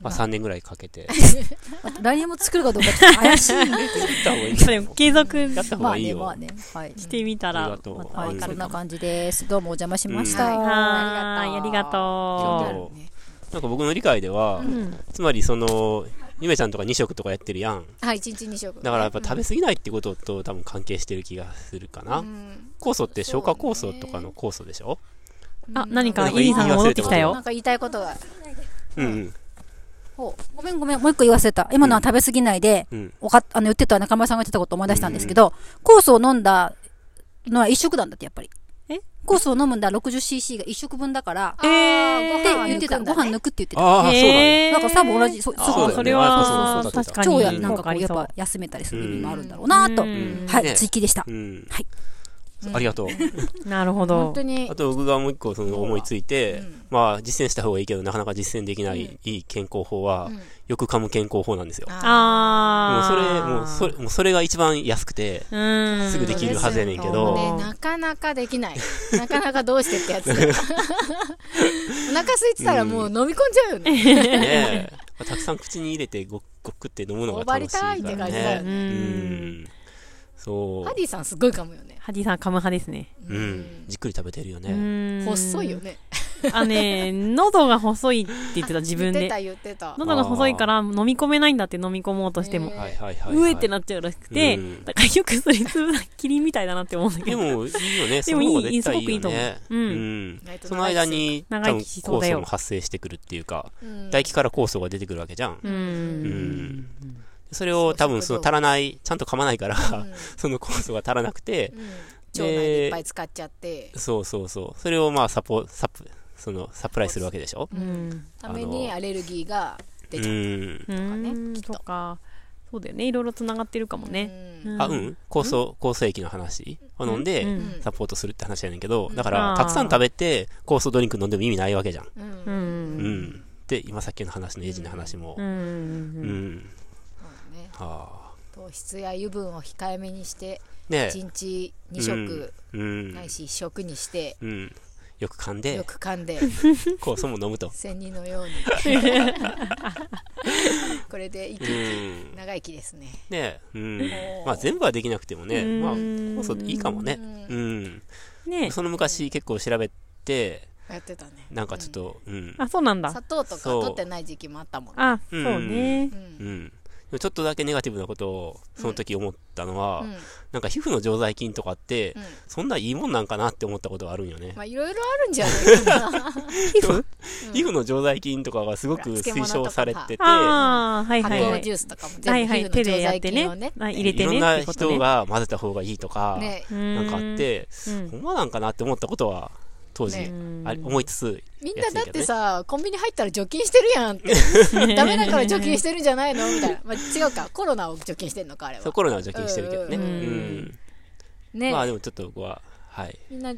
[SPEAKER 3] まあ3年ぐらいかけ てや
[SPEAKER 4] 来年も作るかどうかちょっと怪しい。
[SPEAKER 3] った方がいい
[SPEAKER 2] それ継続
[SPEAKER 3] やった方
[SPEAKER 4] まあ
[SPEAKER 3] がいい
[SPEAKER 4] ね、
[SPEAKER 3] よ
[SPEAKER 4] まあね。はい。
[SPEAKER 2] してみた
[SPEAKER 3] あ
[SPEAKER 2] ら
[SPEAKER 3] り
[SPEAKER 2] ま
[SPEAKER 3] が
[SPEAKER 2] た
[SPEAKER 3] とう
[SPEAKER 2] 分か
[SPEAKER 4] はい、
[SPEAKER 2] る
[SPEAKER 4] そ
[SPEAKER 2] か
[SPEAKER 4] ん
[SPEAKER 2] も
[SPEAKER 4] な感じです。どうもお邪魔しまし
[SPEAKER 1] うん
[SPEAKER 4] た。
[SPEAKER 2] はーいありがと
[SPEAKER 3] となんか僕の理解では、
[SPEAKER 2] ううん
[SPEAKER 3] つまりそのゆめちゃんとか2食とかやってるやん
[SPEAKER 1] はい1日2食
[SPEAKER 3] だからやっぱ食べ過ぎないってことと多分関係してる気がするかな、
[SPEAKER 1] うん
[SPEAKER 3] 酵素って消化酵素とかの酵素でしょ
[SPEAKER 2] あ何か
[SPEAKER 3] なんか
[SPEAKER 2] イリさんが戻ってきた
[SPEAKER 1] な
[SPEAKER 2] よ
[SPEAKER 1] んか言いたいことが
[SPEAKER 3] うんうん
[SPEAKER 4] ほうごめんごめん、もう一個言わせた。今のは食べ過ぎないで、
[SPEAKER 3] うん
[SPEAKER 4] おかあの言ってた中村さんが言ってたこと思い出したんですけど、酵素を飲んだのは一食なんだって、やっぱり。
[SPEAKER 2] え
[SPEAKER 4] 酵素を飲むんだ 60cc が一食分だから、
[SPEAKER 1] え
[SPEAKER 2] えー
[SPEAKER 4] っ
[SPEAKER 1] ご
[SPEAKER 4] て
[SPEAKER 1] 飯は
[SPEAKER 4] 言って
[SPEAKER 1] 抜く
[SPEAKER 4] た。
[SPEAKER 1] ん
[SPEAKER 4] ご
[SPEAKER 1] だ
[SPEAKER 4] 飯抜くって言ってた。
[SPEAKER 3] ああ、
[SPEAKER 2] えー
[SPEAKER 4] なんか多分同じそう
[SPEAKER 2] あー
[SPEAKER 4] そうだよね
[SPEAKER 2] それ
[SPEAKER 3] そ
[SPEAKER 2] は
[SPEAKER 3] うそうそう
[SPEAKER 2] 確か
[SPEAKER 4] 腸
[SPEAKER 2] に
[SPEAKER 4] やなんかこう、やっぱ休めたりする意味もあるんだろうなと。
[SPEAKER 2] うん
[SPEAKER 4] は
[SPEAKER 3] ね
[SPEAKER 4] い、追記でした
[SPEAKER 3] そうだ。ね
[SPEAKER 4] はい
[SPEAKER 3] うん、ありがとう
[SPEAKER 2] なるほ
[SPEAKER 1] 本
[SPEAKER 2] ど
[SPEAKER 1] 当に
[SPEAKER 3] あと僕がもう一個その思いついて、
[SPEAKER 1] うん
[SPEAKER 3] まあ実践した方がいいけどなかなか実践できない、いい健康法は、
[SPEAKER 1] うん
[SPEAKER 3] よく噛む健康法なんですよもうそ
[SPEAKER 2] あ
[SPEAKER 3] れ
[SPEAKER 2] あ
[SPEAKER 3] もうそれもうそれが一番安くて
[SPEAKER 2] うん
[SPEAKER 3] すぐできるはずやねんけ
[SPEAKER 1] も
[SPEAKER 3] ど
[SPEAKER 1] うねなかなかでき ないなかなかどうして ってやつだよお腹空いてたらもう飲み込んじゃうよね
[SPEAKER 3] ねえまあたくさん口に入れてごっごっくって飲むのが楽しいから
[SPEAKER 1] 頬張りたいって感じだ
[SPEAKER 3] ね
[SPEAKER 1] よ
[SPEAKER 2] う
[SPEAKER 1] ね
[SPEAKER 2] ん
[SPEAKER 3] んそう
[SPEAKER 1] ハディさんすごい噛むよね
[SPEAKER 2] ハディさんカム派ですね
[SPEAKER 3] うんじっくり食べてるよ
[SPEAKER 2] う
[SPEAKER 3] ね
[SPEAKER 2] ん
[SPEAKER 1] 細いよね
[SPEAKER 2] あね喉が細いって言 ってた自
[SPEAKER 1] 言
[SPEAKER 2] 分
[SPEAKER 1] って
[SPEAKER 2] で
[SPEAKER 1] た言ってた
[SPEAKER 2] 喉が細いから飲み込めないんだって飲み込もうとしても
[SPEAKER 1] へ
[SPEAKER 3] はいはいはいは
[SPEAKER 2] うえ
[SPEAKER 3] い
[SPEAKER 2] ってなっちゃうらしくて
[SPEAKER 3] うん
[SPEAKER 2] だからよくすりつぶさキリンみたいだなって思うんだけ
[SPEAKER 3] で
[SPEAKER 2] ど
[SPEAKER 3] もいいよね
[SPEAKER 2] で
[SPEAKER 3] そ
[SPEAKER 2] も
[SPEAKER 3] の
[SPEAKER 2] いい
[SPEAKER 3] 方が絶対いいよ
[SPEAKER 2] すごくいい
[SPEAKER 3] ね
[SPEAKER 2] と思ううん
[SPEAKER 3] ん
[SPEAKER 1] 意外と長生きする
[SPEAKER 3] その間に多
[SPEAKER 2] 長
[SPEAKER 3] 分
[SPEAKER 2] 生きしそうだ
[SPEAKER 3] 酵
[SPEAKER 2] よ
[SPEAKER 3] 素も発生してくるっていうか
[SPEAKER 1] うん
[SPEAKER 3] 唾液から酵素が出てくるわけじゃん
[SPEAKER 2] う
[SPEAKER 3] うんんそれを多分その足らないちゃんと噛まないからその酵素が足らなくて
[SPEAKER 1] うんうん腸内でいっぱい使っちゃって
[SPEAKER 3] そうそうそうそれをまあサポサプそのサプライするわけでしょ
[SPEAKER 2] うん
[SPEAKER 1] ためにアレルギーが
[SPEAKER 3] う
[SPEAKER 1] 出ちゃ
[SPEAKER 3] ん
[SPEAKER 1] ね
[SPEAKER 2] うん
[SPEAKER 1] きっと
[SPEAKER 2] とかそうだよねいろいろつながってるかも
[SPEAKER 1] う
[SPEAKER 2] ね
[SPEAKER 1] うん
[SPEAKER 3] あ、うん。酵素、酵素液の話を飲ん
[SPEAKER 2] う
[SPEAKER 3] で、
[SPEAKER 2] ん
[SPEAKER 3] サポートするって話やねんけど、
[SPEAKER 1] ん
[SPEAKER 3] だか
[SPEAKER 2] あ
[SPEAKER 3] ら、
[SPEAKER 2] ー
[SPEAKER 3] たくさん食べて、酵素ドリンク飲んでも意味ないわけじゃん。
[SPEAKER 1] う
[SPEAKER 2] うんん
[SPEAKER 3] うん。で、今さっきの話のエイジの話も
[SPEAKER 2] う、
[SPEAKER 3] うん。
[SPEAKER 2] ん
[SPEAKER 1] そうね
[SPEAKER 3] はあ。
[SPEAKER 1] 糖質や油分を控えめにして
[SPEAKER 3] ね
[SPEAKER 1] 1日2食
[SPEAKER 3] え。うん。
[SPEAKER 1] ないし1食にして
[SPEAKER 3] うん。よく噛んで
[SPEAKER 1] よ、く噛んで。
[SPEAKER 3] 酵素も飲むと
[SPEAKER 1] 仙人の ようにこれで生
[SPEAKER 3] う
[SPEAKER 1] き
[SPEAKER 3] ん。
[SPEAKER 1] 長生きですね
[SPEAKER 3] ねえ。うん
[SPEAKER 1] お。ー
[SPEAKER 3] まあ、全部はできなくてもね、
[SPEAKER 2] うん
[SPEAKER 3] まあ、酵素いいかもね。
[SPEAKER 1] う
[SPEAKER 3] うん。
[SPEAKER 2] ね
[SPEAKER 3] その昔結構調べて、
[SPEAKER 1] やってたね
[SPEAKER 3] なんかちょっと、うん。
[SPEAKER 2] あそうなんだ
[SPEAKER 1] 砂糖とか
[SPEAKER 3] そう
[SPEAKER 1] 取ってない時期もあったもんね
[SPEAKER 2] あそうね
[SPEAKER 1] う
[SPEAKER 3] うんん。でもちょっとだけネガティブなことを、その時思ったのは
[SPEAKER 1] う、ん
[SPEAKER 3] なんか皮膚の常在菌とかって、
[SPEAKER 1] うん
[SPEAKER 3] そんないいもんなんかなって思ったことがあるんよね。
[SPEAKER 1] まあいろいろあるんじゃないかな
[SPEAKER 3] 皮 膚皮膚の常在菌とかがすご
[SPEAKER 1] ほ
[SPEAKER 3] く
[SPEAKER 1] ら
[SPEAKER 3] 推
[SPEAKER 1] 漬物
[SPEAKER 3] 奨
[SPEAKER 1] とか
[SPEAKER 3] されてて、
[SPEAKER 2] ああはい
[SPEAKER 1] 発
[SPEAKER 2] はいは
[SPEAKER 1] 酵ジュ
[SPEAKER 2] い
[SPEAKER 1] ースとかも
[SPEAKER 2] は
[SPEAKER 1] 全
[SPEAKER 2] い
[SPEAKER 1] 部
[SPEAKER 2] は
[SPEAKER 1] 皮膚
[SPEAKER 2] い
[SPEAKER 1] の
[SPEAKER 2] 手で
[SPEAKER 1] 常
[SPEAKER 2] やっ
[SPEAKER 1] 在
[SPEAKER 2] て
[SPEAKER 1] 菌を
[SPEAKER 2] ね
[SPEAKER 1] ね
[SPEAKER 2] あ入れて
[SPEAKER 3] いろん
[SPEAKER 2] ねっ
[SPEAKER 3] な
[SPEAKER 2] てこと
[SPEAKER 3] 人
[SPEAKER 2] ね
[SPEAKER 3] が混ぜた方がいいとか、
[SPEAKER 1] ね
[SPEAKER 3] な
[SPEAKER 2] なん
[SPEAKER 3] かあって、
[SPEAKER 2] うん
[SPEAKER 3] ほんまなんかなって思ったことは当時、
[SPEAKER 2] ね
[SPEAKER 3] あり思いつつ、
[SPEAKER 1] みんなだってさコンビニ入ったら除菌してるやんって ダメだから除菌してるんじゃないのみたいな、まあ、違うかコロナを除菌してるのかあれは
[SPEAKER 3] そうコロナは除菌してるけどね。
[SPEAKER 1] う
[SPEAKER 3] うんん。
[SPEAKER 1] ね、
[SPEAKER 3] まあでもちょっと僕は、はい。
[SPEAKER 1] みんな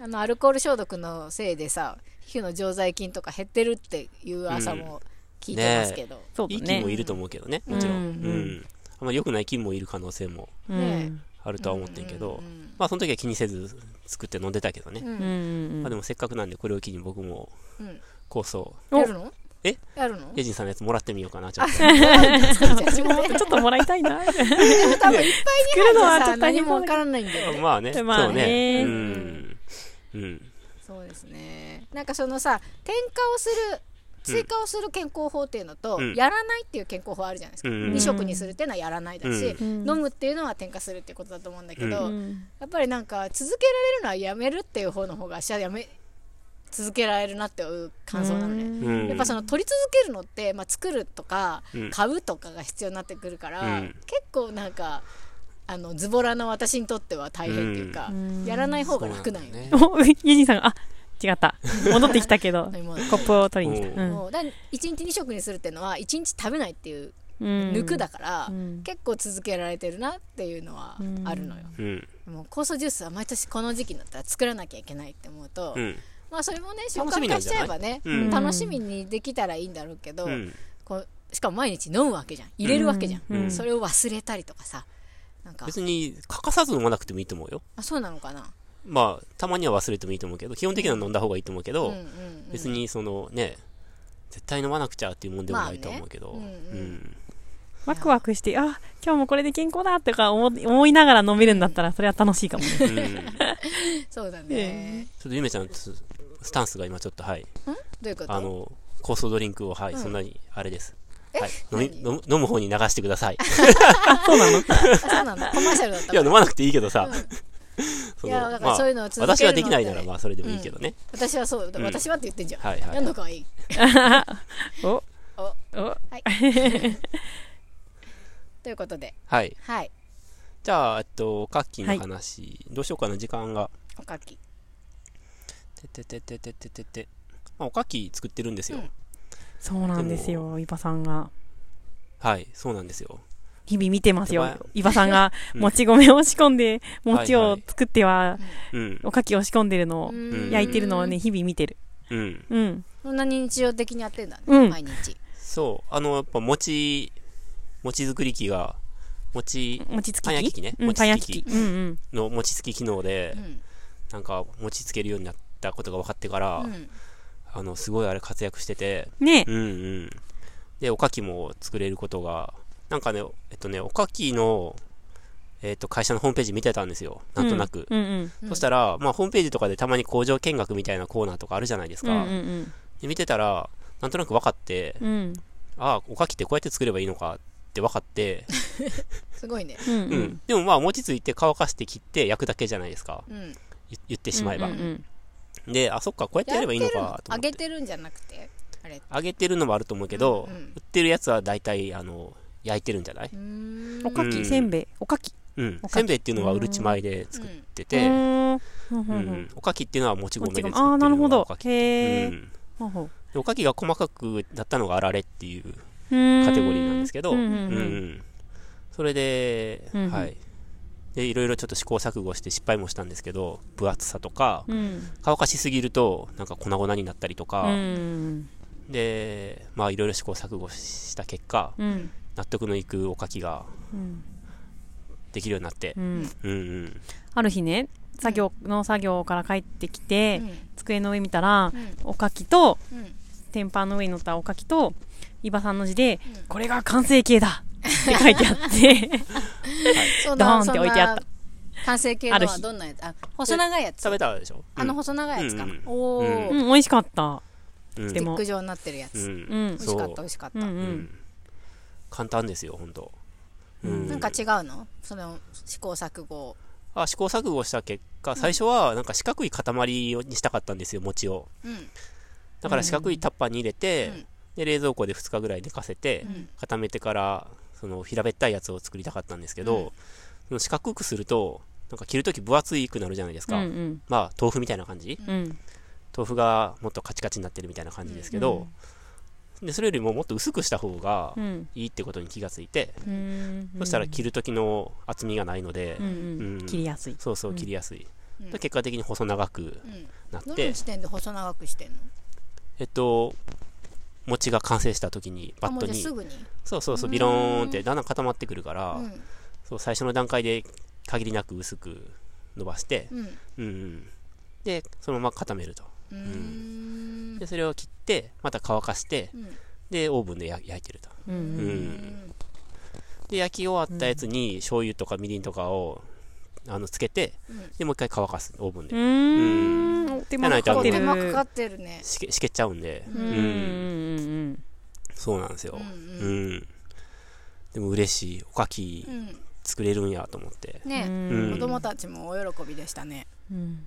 [SPEAKER 1] あのアルコール消毒のせいでさ皮膚の常在菌とか減ってるっていう朝も聞いてますけど。
[SPEAKER 2] そうだ
[SPEAKER 3] いい菌
[SPEAKER 2] ね
[SPEAKER 3] も。いると思うけどね、もちろん。
[SPEAKER 2] う
[SPEAKER 3] うんん。あんまり良くない菌もいる可能性も
[SPEAKER 2] う
[SPEAKER 1] ね
[SPEAKER 2] ん。
[SPEAKER 3] あるとは思ってんけど
[SPEAKER 1] う、ん
[SPEAKER 3] まあその時は気にせず作って飲んでたけどね。
[SPEAKER 1] う
[SPEAKER 2] うんん
[SPEAKER 3] まあでもせっかくなんでこれを機に僕も
[SPEAKER 1] うん
[SPEAKER 3] 構想、
[SPEAKER 1] やるの
[SPEAKER 3] え
[SPEAKER 1] やるの
[SPEAKER 3] エジンさんのやつもらってみようかな、ちょっと。
[SPEAKER 2] 私も ちょっともらいたいな。
[SPEAKER 1] 多分いっぱいに
[SPEAKER 2] 作るの
[SPEAKER 1] な
[SPEAKER 2] は
[SPEAKER 1] る
[SPEAKER 2] ち
[SPEAKER 1] と
[SPEAKER 2] ょっ
[SPEAKER 1] さ
[SPEAKER 2] と大変
[SPEAKER 1] 何もわからないんだよね。
[SPEAKER 3] まあね、
[SPEAKER 2] まあね
[SPEAKER 3] そうね。
[SPEAKER 2] う
[SPEAKER 3] うん。うん。
[SPEAKER 1] そうですね。なんかそのさ添加をする追加をする健康法っていうのと、
[SPEAKER 3] うん
[SPEAKER 1] やらないっていう健康法あるじゃないですか。
[SPEAKER 3] う
[SPEAKER 1] 二
[SPEAKER 3] ん
[SPEAKER 1] 食にするっていうのはやらないだし、
[SPEAKER 2] うん
[SPEAKER 1] 飲むっていうのは添加するっていうことだと思うんだけど、
[SPEAKER 2] うん
[SPEAKER 1] やっぱりなんか続けられるのはやめるっていう方の方が私はやめ続けられるなっていう感想なのね。
[SPEAKER 3] うん
[SPEAKER 1] やっぱその取り続けるのって、まあ、作るとか
[SPEAKER 3] うん
[SPEAKER 1] 買うとかが必要になってくるから、
[SPEAKER 3] うん
[SPEAKER 1] 結構なんかあのズボラな私にとっては大変っていうか、
[SPEAKER 2] うん
[SPEAKER 1] やらない方が楽なんよね。
[SPEAKER 2] お、ユニさんが、あ、違った。戻ってきたけ ど
[SPEAKER 1] 飲、み物
[SPEAKER 2] コップを取りに来た。うん
[SPEAKER 1] もうだ1日2食にするっていうのは1日食べないっていう
[SPEAKER 2] うん
[SPEAKER 1] 抜くだから、
[SPEAKER 2] うん
[SPEAKER 1] 結構続けられてるなっていうのはあるのよ、
[SPEAKER 3] うん。
[SPEAKER 1] もう酵素ジュースは毎年この時期になったら作らなきゃいけないって思うと、
[SPEAKER 3] うん。
[SPEAKER 1] まあそれもね習
[SPEAKER 3] 楽し
[SPEAKER 1] 慣
[SPEAKER 3] みな
[SPEAKER 1] 化
[SPEAKER 3] ん
[SPEAKER 1] し
[SPEAKER 3] じ
[SPEAKER 1] ちゃ
[SPEAKER 3] ゃ
[SPEAKER 1] え
[SPEAKER 3] な
[SPEAKER 1] ばね
[SPEAKER 3] うん
[SPEAKER 1] 楽しみにできたらいいんだろうけど、
[SPEAKER 3] うん。
[SPEAKER 1] こうしかも毎日飲むわけじゃん入れるわけじゃん、
[SPEAKER 2] うん
[SPEAKER 3] うん
[SPEAKER 1] それを忘れたりとかさなんか
[SPEAKER 3] 別に欠かさず飲まなくてもいいと思うよ。
[SPEAKER 1] あそうなのかな
[SPEAKER 3] まあ、たまには忘れてもいいと思うけど、基本的には飲んだ方がいいと思うけど、
[SPEAKER 1] んん
[SPEAKER 3] 別にそのね、絶対飲まなくちゃっていうもんでもないと思うけど、
[SPEAKER 1] まあねうんうん
[SPEAKER 2] ワクワクして、あ、今日もこれで健康だとか思思いながら飲めるんだったら、それは楽し いかも ね。
[SPEAKER 3] うんうん ちょ
[SPEAKER 1] そうだね、
[SPEAKER 3] っとゆめちゃん、ススタンスが今ちょっと、はい、
[SPEAKER 1] どういうこと
[SPEAKER 3] あの、酵素ドリンクを、はい、
[SPEAKER 1] うん
[SPEAKER 3] そんなに、あれです。
[SPEAKER 1] え
[SPEAKER 3] はい、飲み
[SPEAKER 1] 何
[SPEAKER 3] 飲む飲む方に流してく ださい。
[SPEAKER 1] あそうなんだコマーシャルだった
[SPEAKER 3] いや、飲まなくていいけどさ
[SPEAKER 1] うん。
[SPEAKER 3] そ
[SPEAKER 1] い
[SPEAKER 3] の
[SPEAKER 1] やだか
[SPEAKER 3] ま
[SPEAKER 1] ら
[SPEAKER 3] あ
[SPEAKER 1] そういうのを続けるのって
[SPEAKER 3] 私はできないなら、まあ、それでもいいけどね。
[SPEAKER 1] 私はそう、だ
[SPEAKER 3] うん
[SPEAKER 1] 私はって言ってんじゃん、
[SPEAKER 3] はいはい
[SPEAKER 1] やんのかいい
[SPEAKER 2] お、
[SPEAKER 1] お
[SPEAKER 2] お、
[SPEAKER 1] ということで
[SPEAKER 3] はい。
[SPEAKER 1] はい
[SPEAKER 3] じゃあ、えっと、カッキーの話、どうしようかな、時間が。
[SPEAKER 1] おかき
[SPEAKER 3] ててててててて。まあ、おかき作ってるんですよ。
[SPEAKER 1] うん
[SPEAKER 2] そうなんです
[SPEAKER 3] で
[SPEAKER 2] よ、伊庭さんが。
[SPEAKER 3] はい、そうなんですよ。
[SPEAKER 2] 日々見てますよ
[SPEAKER 3] 手前。
[SPEAKER 2] 伊庭さんが、
[SPEAKER 3] うん
[SPEAKER 2] もち米を仕込んで、餅
[SPEAKER 3] はいは
[SPEAKER 2] を
[SPEAKER 3] い
[SPEAKER 2] 作っては、
[SPEAKER 3] うん。
[SPEAKER 2] おかきを仕込んでるのを、
[SPEAKER 3] ん
[SPEAKER 2] 焼いてるのをね、日々見てる。
[SPEAKER 3] うん。
[SPEAKER 2] うん。
[SPEAKER 1] そんなに日常的にやってんだね、
[SPEAKER 2] うん
[SPEAKER 1] 毎日
[SPEAKER 3] そう、あの、やっぱ餅、餅作り機が、餅
[SPEAKER 2] 餅つき
[SPEAKER 3] パン焼き
[SPEAKER 2] 機
[SPEAKER 3] 器ね
[SPEAKER 2] うん、
[SPEAKER 3] 餅
[SPEAKER 2] パン焼
[SPEAKER 3] つき
[SPEAKER 2] き
[SPEAKER 3] 器
[SPEAKER 2] 器。うんうん。
[SPEAKER 3] の餅つき機能で
[SPEAKER 1] う、ん
[SPEAKER 3] なんか餅つけるようになったことが分かってから、
[SPEAKER 1] うん
[SPEAKER 3] あの、すごいあれ活躍してて、
[SPEAKER 2] ね
[SPEAKER 3] うんうん。で、おかきも作れることが、なんかね、えっとね、おかきの、えっと、会社のホームページ見てたんですよ、なんとなく。
[SPEAKER 2] うんうん。
[SPEAKER 1] うん
[SPEAKER 3] そしたら、まあ、ホームページとかでたまに工場見学みたいなコーナーとかあるじゃないです
[SPEAKER 2] うんう
[SPEAKER 3] か。
[SPEAKER 2] ん
[SPEAKER 3] で見てたら、なんとなく分かって、
[SPEAKER 2] うん。うん
[SPEAKER 3] ああ、おかきってこうやって作ればいいのかって分 かって、
[SPEAKER 1] すごいね
[SPEAKER 2] うん
[SPEAKER 3] う
[SPEAKER 2] うんん。
[SPEAKER 3] でもまあ、餅ついて乾かして切って焼くだけじゃないですか。
[SPEAKER 1] うん
[SPEAKER 3] 言言ってしまえば、
[SPEAKER 2] うんうん
[SPEAKER 3] で、あ、そっか、こうやってやればいいのかと
[SPEAKER 1] 揚
[SPEAKER 3] 思って。
[SPEAKER 1] げてるんじゃなくてあれう
[SPEAKER 3] 揚げてるのもあると思うけど、
[SPEAKER 1] うんうん
[SPEAKER 3] 売ってるやつは大体、あの、焼いてるんじゃない
[SPEAKER 1] ーん
[SPEAKER 2] おか
[SPEAKER 3] う
[SPEAKER 2] き、
[SPEAKER 3] ん
[SPEAKER 2] せんべい、おかき。
[SPEAKER 3] うん
[SPEAKER 2] お。かき
[SPEAKER 3] せんべいっていうのはうるち米で作って
[SPEAKER 2] う
[SPEAKER 3] て、
[SPEAKER 2] ーんうん
[SPEAKER 3] う
[SPEAKER 2] うんん
[SPEAKER 3] おかきっていうのはもち
[SPEAKER 2] うん。も
[SPEAKER 3] 米で
[SPEAKER 2] ち米
[SPEAKER 3] 作ってるの
[SPEAKER 2] あ
[SPEAKER 3] が
[SPEAKER 2] あ、なるほ
[SPEAKER 3] お
[SPEAKER 2] ど
[SPEAKER 3] か。き
[SPEAKER 2] へえ。
[SPEAKER 3] うん
[SPEAKER 2] ほうほう
[SPEAKER 3] でおかきが細かくなったのがあられっていう
[SPEAKER 2] うーん
[SPEAKER 3] カテゴリーなんですけど、
[SPEAKER 2] う
[SPEAKER 3] う
[SPEAKER 2] う
[SPEAKER 3] んん
[SPEAKER 2] ん
[SPEAKER 3] う
[SPEAKER 2] うん
[SPEAKER 3] んそれで、
[SPEAKER 2] うんうん
[SPEAKER 3] はい。で、いろいろちょっと試行錯誤して失敗もしたんですけど、分厚さとか、
[SPEAKER 2] うん
[SPEAKER 3] 乾かしすぎると、なんか粉々になったりと
[SPEAKER 2] う
[SPEAKER 3] か、
[SPEAKER 2] ん
[SPEAKER 3] で、まあいろいろ試行錯誤した結果、
[SPEAKER 2] うん
[SPEAKER 3] 納得のいくおかきが
[SPEAKER 2] うん
[SPEAKER 3] できるようになって
[SPEAKER 2] う、ん
[SPEAKER 3] うんうん。
[SPEAKER 2] ある日ね作業の作業から帰ってきて、
[SPEAKER 1] うん
[SPEAKER 2] 机の上見たら
[SPEAKER 1] うん
[SPEAKER 2] おかきと
[SPEAKER 1] うん
[SPEAKER 2] 天板の上に乗ったおかきと伊庭さんの字で、
[SPEAKER 1] うん
[SPEAKER 2] これが完成形だって書いてあって
[SPEAKER 1] そん
[SPEAKER 2] ドー
[SPEAKER 1] な
[SPEAKER 2] ンって
[SPEAKER 1] そんな
[SPEAKER 2] 置いてあった
[SPEAKER 1] 完成形の
[SPEAKER 2] ある
[SPEAKER 1] は
[SPEAKER 2] 日
[SPEAKER 1] どんなやつあ細長いやつ
[SPEAKER 3] 食べたでしょ
[SPEAKER 1] あの細長いやつかな、
[SPEAKER 3] うん
[SPEAKER 1] おお、
[SPEAKER 2] う
[SPEAKER 1] ス
[SPEAKER 2] ん美味しかった
[SPEAKER 3] うんうん
[SPEAKER 2] で
[SPEAKER 1] ティ
[SPEAKER 2] も
[SPEAKER 1] ック状になってるやつ、
[SPEAKER 3] うん
[SPEAKER 2] うん
[SPEAKER 1] 美味しかった美味しかった、
[SPEAKER 2] うんう
[SPEAKER 3] うん
[SPEAKER 2] ん
[SPEAKER 3] 簡単ですよ本当、う
[SPEAKER 1] なんか違うのその試行錯誤
[SPEAKER 3] あ試行錯誤した結果最初はなんか四角い塊にしたかったんですよ餅を
[SPEAKER 1] うん
[SPEAKER 3] だから四角いタッパーに入れて、
[SPEAKER 1] うん
[SPEAKER 3] で冷蔵庫で2日ぐらい寝かせて、
[SPEAKER 1] うん
[SPEAKER 3] 固めてからその平べったいやつを作りたかったんですけど、
[SPEAKER 1] うん
[SPEAKER 3] その四角くするとなんか切るとき分厚くなるじゃないです
[SPEAKER 2] う
[SPEAKER 3] か、
[SPEAKER 2] ん
[SPEAKER 3] まあ豆腐みたいな感じ、
[SPEAKER 2] うんうん
[SPEAKER 3] 豆腐がもっとカチカチになってるみたいな感じですけど、でそれよりももっと薄くした方が
[SPEAKER 2] うん
[SPEAKER 3] いいってことに気がついて、
[SPEAKER 2] うん
[SPEAKER 3] そしたら切る時の厚みがないので、
[SPEAKER 2] うんうん
[SPEAKER 3] うん
[SPEAKER 2] 切りやすい
[SPEAKER 3] そうそう
[SPEAKER 2] うん
[SPEAKER 3] 切りやすい、
[SPEAKER 1] うん
[SPEAKER 3] で結果的に細長く
[SPEAKER 1] うん
[SPEAKER 3] なっ
[SPEAKER 1] どの
[SPEAKER 3] て、
[SPEAKER 1] 時点で細長くしてんの
[SPEAKER 3] えっと餅が完成した時にバ
[SPEAKER 1] あ
[SPEAKER 3] ッ
[SPEAKER 1] も
[SPEAKER 3] ト
[SPEAKER 1] うじゃあ
[SPEAKER 3] に
[SPEAKER 1] すぐに、
[SPEAKER 3] そうそうそう
[SPEAKER 1] ーん
[SPEAKER 3] うビローンってだんだん固まってくるから、
[SPEAKER 1] うん
[SPEAKER 3] そう最初の段階で限りなく薄く伸ばして、
[SPEAKER 1] うんう
[SPEAKER 3] うんうん、でそのまま固めると
[SPEAKER 1] ーん
[SPEAKER 3] でそれを切ってまた乾かして
[SPEAKER 1] うん
[SPEAKER 3] でオーブンでや焼いてると
[SPEAKER 2] うん
[SPEAKER 3] う
[SPEAKER 2] うん
[SPEAKER 3] んで焼き終わったやつに醤油とかみりんとかをあのつけて
[SPEAKER 1] うん
[SPEAKER 3] でもう一回乾かすオーブン
[SPEAKER 2] う
[SPEAKER 3] で
[SPEAKER 2] ーんお手間か
[SPEAKER 3] や
[SPEAKER 2] か
[SPEAKER 1] お
[SPEAKER 2] って
[SPEAKER 1] 手
[SPEAKER 2] る
[SPEAKER 1] 間かかってるね
[SPEAKER 3] しけしけちゃうんで
[SPEAKER 2] うんうんうん
[SPEAKER 3] そうなんです
[SPEAKER 1] う
[SPEAKER 3] ようん、
[SPEAKER 1] ん
[SPEAKER 3] でも嬉しいおかき
[SPEAKER 1] うんうん
[SPEAKER 3] 作れるんやと思って、
[SPEAKER 2] う
[SPEAKER 1] ね
[SPEAKER 2] ん
[SPEAKER 3] うん
[SPEAKER 1] 子供たちもお喜びでしたね
[SPEAKER 2] うん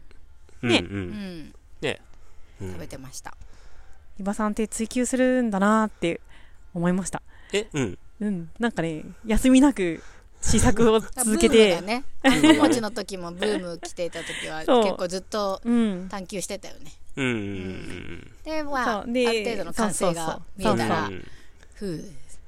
[SPEAKER 3] うん
[SPEAKER 2] ね
[SPEAKER 1] う
[SPEAKER 3] うん
[SPEAKER 1] ん
[SPEAKER 3] うん
[SPEAKER 1] 食べてました
[SPEAKER 2] 伊庭さんって追求するんだなって思いました
[SPEAKER 3] えうん
[SPEAKER 2] うんなんかね休みなく試作を続け
[SPEAKER 1] ブーム
[SPEAKER 2] て
[SPEAKER 1] だねあんこ餅の時もブーム来ていた時は
[SPEAKER 2] そう
[SPEAKER 1] 結構ずっと
[SPEAKER 2] うん
[SPEAKER 1] 探求してたよね
[SPEAKER 3] うんうんうん
[SPEAKER 1] でまああ
[SPEAKER 2] そうで
[SPEAKER 1] る程度の完成が見
[SPEAKER 3] う
[SPEAKER 1] え
[SPEAKER 3] ん
[SPEAKER 1] たら
[SPEAKER 3] うん
[SPEAKER 1] ふう
[SPEAKER 3] う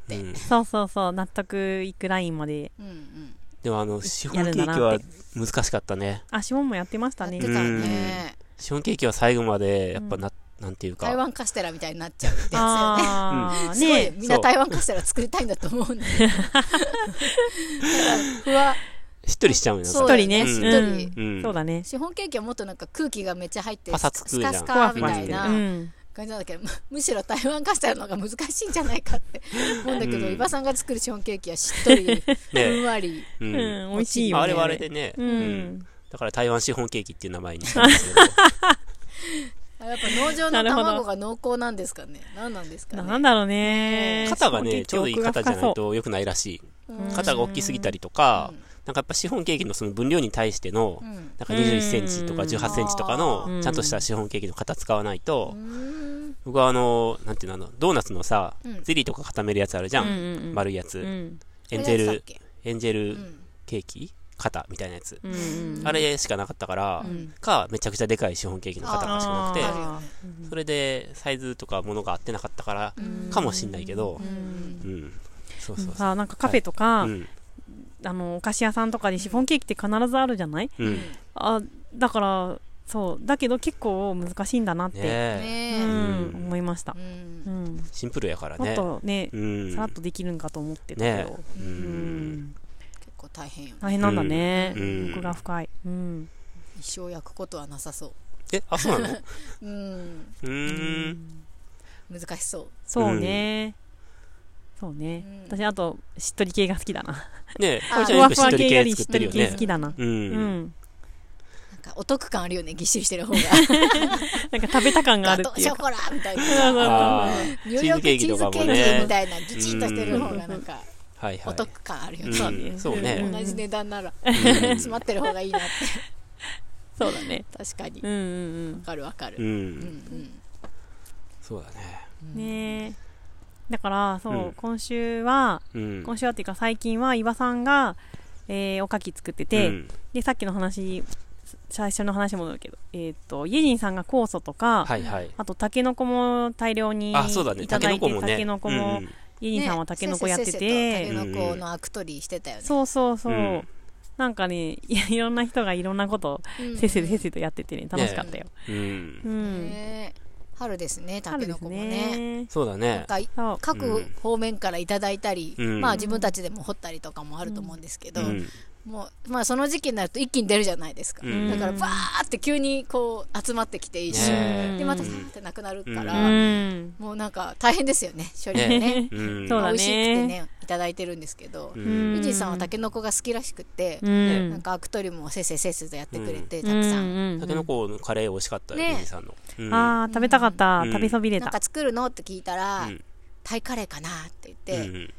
[SPEAKER 1] で
[SPEAKER 3] ん
[SPEAKER 2] そうそうそう納得いくラインまで
[SPEAKER 1] うんうん
[SPEAKER 3] でもあのシフォ
[SPEAKER 2] や
[SPEAKER 3] ン
[SPEAKER 2] るん
[SPEAKER 3] ケ
[SPEAKER 2] だ
[SPEAKER 3] ーキ
[SPEAKER 2] なっ
[SPEAKER 3] は
[SPEAKER 2] て
[SPEAKER 3] 難しかったね
[SPEAKER 2] あシモンもやってました
[SPEAKER 1] やっ
[SPEAKER 2] ね
[SPEAKER 1] てたね
[SPEAKER 3] シフォンケーキは最後までやっぱな、なんていうか
[SPEAKER 1] 台湾カステラみたいになっちゃうってや
[SPEAKER 2] ああ
[SPEAKER 1] つよねす
[SPEAKER 2] ね
[SPEAKER 1] ごいみんな台湾カステラ作りたいんだと思うんだけどなんかふわ
[SPEAKER 3] しっとりしちゃうよね
[SPEAKER 1] そう
[SPEAKER 2] 一人ね
[SPEAKER 1] しっ
[SPEAKER 3] う
[SPEAKER 1] と
[SPEAKER 2] ん
[SPEAKER 1] り
[SPEAKER 3] うん
[SPEAKER 2] そうだね
[SPEAKER 1] シフォンケーキはもっとなんか空気がめっちゃ入って
[SPEAKER 3] パサ
[SPEAKER 1] ス
[SPEAKER 3] つく
[SPEAKER 1] ス
[SPEAKER 3] じゃん
[SPEAKER 1] カス
[SPEAKER 2] ふわ
[SPEAKER 1] カ
[SPEAKER 2] ふ
[SPEAKER 1] み
[SPEAKER 2] わ
[SPEAKER 1] た
[SPEAKER 2] し
[SPEAKER 1] い
[SPEAKER 2] て
[SPEAKER 1] な
[SPEAKER 2] うん
[SPEAKER 1] 感じなんだけどむむしろ台湾カステラの方が難しいんじゃないかって思うんだけど
[SPEAKER 3] うん
[SPEAKER 1] 伊庭さんが作るシフォンケーキはしっとりふん
[SPEAKER 3] ね
[SPEAKER 1] わり
[SPEAKER 3] う、
[SPEAKER 2] うんん美味しいよね
[SPEAKER 3] あれはあれでね、
[SPEAKER 2] う
[SPEAKER 3] うん
[SPEAKER 2] ん
[SPEAKER 3] だから台湾シフォンケーキっていう名前にしたんですけど
[SPEAKER 1] あやっぱ農場の卵が濃厚なんですかね何なんですかね
[SPEAKER 2] なんだろうね
[SPEAKER 3] 肩がねちょうどいい肩じゃない
[SPEAKER 2] うん
[SPEAKER 3] と良くないらしい
[SPEAKER 1] うん
[SPEAKER 3] 肩が大きすぎたりとか、
[SPEAKER 1] うん
[SPEAKER 3] なんかやっぱシフォンケーキのその分量に対しての、
[SPEAKER 1] うん
[SPEAKER 3] なんか21センチとか
[SPEAKER 2] うん
[SPEAKER 3] 18センチとか
[SPEAKER 2] う
[SPEAKER 3] の
[SPEAKER 2] ん
[SPEAKER 3] ちゃんとしたシフォンケーキの型使わないと、
[SPEAKER 1] うん
[SPEAKER 3] 僕はあのなんていうのあのドーナツのさ、
[SPEAKER 1] うん
[SPEAKER 3] ゼリーとか固めるやつあるじゃん、
[SPEAKER 2] うんうん
[SPEAKER 3] 丸いやつ、
[SPEAKER 2] うん
[SPEAKER 3] エン
[SPEAKER 1] こ
[SPEAKER 3] ジェ
[SPEAKER 1] れや
[SPEAKER 3] ル
[SPEAKER 1] ってたっ
[SPEAKER 3] エンジェ
[SPEAKER 1] け
[SPEAKER 3] ル
[SPEAKER 1] うん
[SPEAKER 3] ケーキ型みたいなやつ、
[SPEAKER 2] うんうん
[SPEAKER 3] あれしかなかったから、
[SPEAKER 1] うん
[SPEAKER 3] かめちゃくちゃでかいシフォンケーキの型がしかなく
[SPEAKER 1] あ
[SPEAKER 3] て
[SPEAKER 1] ー
[SPEAKER 2] あ
[SPEAKER 3] それでサイズとかものが合ってなかったから
[SPEAKER 1] うん
[SPEAKER 3] かもしんないけど
[SPEAKER 1] う、ん
[SPEAKER 3] うんそう
[SPEAKER 2] ー
[SPEAKER 3] そうそう
[SPEAKER 2] さあなんかカフェとか
[SPEAKER 3] うん
[SPEAKER 2] あのお菓子屋さんとかにシフォンケーキって必ずあるじゃない
[SPEAKER 3] うん、ね
[SPEAKER 2] あだからそうだけど結構難しいんだなって、
[SPEAKER 3] え
[SPEAKER 1] ね
[SPEAKER 2] うん
[SPEAKER 3] うん
[SPEAKER 2] 思いました
[SPEAKER 1] えう、
[SPEAKER 2] うんん
[SPEAKER 3] シンプルやから
[SPEAKER 2] もっ
[SPEAKER 3] ね
[SPEAKER 2] とね
[SPEAKER 3] うん
[SPEAKER 2] さらっとできるんかと思ってたけ
[SPEAKER 3] ね
[SPEAKER 2] ど、
[SPEAKER 3] う
[SPEAKER 2] うんん
[SPEAKER 1] 結構大変よね
[SPEAKER 2] 大変なんだね、
[SPEAKER 3] うん
[SPEAKER 2] 奥が深い、うん
[SPEAKER 1] 一生焼くことはなさそ
[SPEAKER 3] えあそうなのう
[SPEAKER 1] ううん
[SPEAKER 3] ーん
[SPEAKER 1] 難しそう
[SPEAKER 2] そうね、そうね、
[SPEAKER 1] うん
[SPEAKER 2] 私あとしっとり系が好きだな
[SPEAKER 3] ねえ
[SPEAKER 1] あ
[SPEAKER 3] かお
[SPEAKER 2] ふ
[SPEAKER 3] ちゃんよ
[SPEAKER 2] わ
[SPEAKER 3] く
[SPEAKER 2] ふ
[SPEAKER 3] しっ
[SPEAKER 2] わ
[SPEAKER 3] とり
[SPEAKER 2] 系より
[SPEAKER 3] 系
[SPEAKER 2] しっ
[SPEAKER 3] 作っ
[SPEAKER 2] と
[SPEAKER 3] てる
[SPEAKER 2] り
[SPEAKER 3] よ
[SPEAKER 2] 系
[SPEAKER 3] ね
[SPEAKER 2] 好きだな、
[SPEAKER 3] う、
[SPEAKER 2] うんん
[SPEAKER 1] なんかお得感あるよねぎっしりしてる方が
[SPEAKER 2] なんか食べた感が
[SPEAKER 1] ガ
[SPEAKER 2] ある
[SPEAKER 1] ト
[SPEAKER 2] っ
[SPEAKER 1] ー
[SPEAKER 2] てい
[SPEAKER 1] シ
[SPEAKER 2] う
[SPEAKER 1] ョコラみたいな
[SPEAKER 3] あ
[SPEAKER 1] ニューヨークチーズケーキみたいなギチンとしてる方がなんか
[SPEAKER 3] あはいは
[SPEAKER 1] お
[SPEAKER 3] い
[SPEAKER 1] 得感あるよね、
[SPEAKER 3] そうねそうね
[SPEAKER 1] 同じ値段なら
[SPEAKER 3] うん
[SPEAKER 1] 詰まってる方がいいなって
[SPEAKER 2] そうだね
[SPEAKER 1] 確かに
[SPEAKER 2] う
[SPEAKER 1] わ
[SPEAKER 2] んうん
[SPEAKER 1] かるわかる
[SPEAKER 3] う
[SPEAKER 1] うん
[SPEAKER 3] ん
[SPEAKER 1] うん
[SPEAKER 3] そうだね
[SPEAKER 2] うんねえだからそう、
[SPEAKER 3] うん
[SPEAKER 2] 今週は
[SPEAKER 3] うん
[SPEAKER 2] 今週はっていうか最近は伊庭さんが、えーおかき作ってて、
[SPEAKER 3] うん
[SPEAKER 2] でさっきの話最初の話もだけど、えー、とイェジンさんが酵素とか、
[SPEAKER 3] はいはい
[SPEAKER 2] あとタケノコも大量にい
[SPEAKER 3] あそうだね
[SPEAKER 2] た
[SPEAKER 3] たけ
[SPEAKER 2] だ
[SPEAKER 3] の
[SPEAKER 2] い
[SPEAKER 3] こ
[SPEAKER 2] て
[SPEAKER 3] も
[SPEAKER 2] タ
[SPEAKER 3] ね
[SPEAKER 2] ケノコ
[SPEAKER 3] う
[SPEAKER 2] も
[SPEAKER 3] ん
[SPEAKER 2] イェジンさんはタケノコやって
[SPEAKER 1] ねせっせ
[SPEAKER 2] て、
[SPEAKER 1] とタケノコのアク取りしてたよね
[SPEAKER 2] そうそうそう、
[SPEAKER 3] うん
[SPEAKER 2] なんかねいやいろんな人がいろんなことを
[SPEAKER 1] うん
[SPEAKER 2] せっせとせっせとやっててね楽しかったよ、
[SPEAKER 3] うん
[SPEAKER 2] うん、
[SPEAKER 1] ね春ですねタケ
[SPEAKER 2] 春で
[SPEAKER 1] ノ
[SPEAKER 2] す
[SPEAKER 1] コもね
[SPEAKER 2] ね
[SPEAKER 3] そうだ
[SPEAKER 1] なん
[SPEAKER 3] ね
[SPEAKER 1] か
[SPEAKER 2] そう
[SPEAKER 1] 各方面からいただいたり、
[SPEAKER 3] うん
[SPEAKER 1] まあ自分たちでも掘ったりとかもあると思うんですけど、
[SPEAKER 3] うん
[SPEAKER 1] もうまあその時期になると一気に出るじゃないですか、
[SPEAKER 3] うん
[SPEAKER 1] だからバーって急にこう集まってきていいし、
[SPEAKER 3] ね
[SPEAKER 1] でまた
[SPEAKER 3] う
[SPEAKER 1] さ
[SPEAKER 3] ん
[SPEAKER 1] ーってなくなるか
[SPEAKER 2] う
[SPEAKER 1] ら、
[SPEAKER 2] ん
[SPEAKER 1] もうなんか大変ですよね処理がね
[SPEAKER 2] ね
[SPEAKER 3] う ん
[SPEAKER 2] そうだね
[SPEAKER 1] 美味しいってねいただいてるんですけど、
[SPEAKER 3] う
[SPEAKER 2] うん
[SPEAKER 1] 藤井さんはタケノコが好きらしくて、
[SPEAKER 2] うん
[SPEAKER 1] なんかアクトリもせっせせっせとやってくれて、
[SPEAKER 2] う
[SPEAKER 1] たくさん、
[SPEAKER 2] ん
[SPEAKER 3] たけのこのカレー美味しかったよ
[SPEAKER 1] ね
[SPEAKER 3] ゆじさんのうん
[SPEAKER 2] あー食べたかった、
[SPEAKER 3] うん
[SPEAKER 2] 食べそびれ
[SPEAKER 1] なん
[SPEAKER 2] た
[SPEAKER 1] か作るのって聞いたら、
[SPEAKER 3] うん
[SPEAKER 1] タイカレーかなって
[SPEAKER 3] う
[SPEAKER 1] 言って、
[SPEAKER 3] ん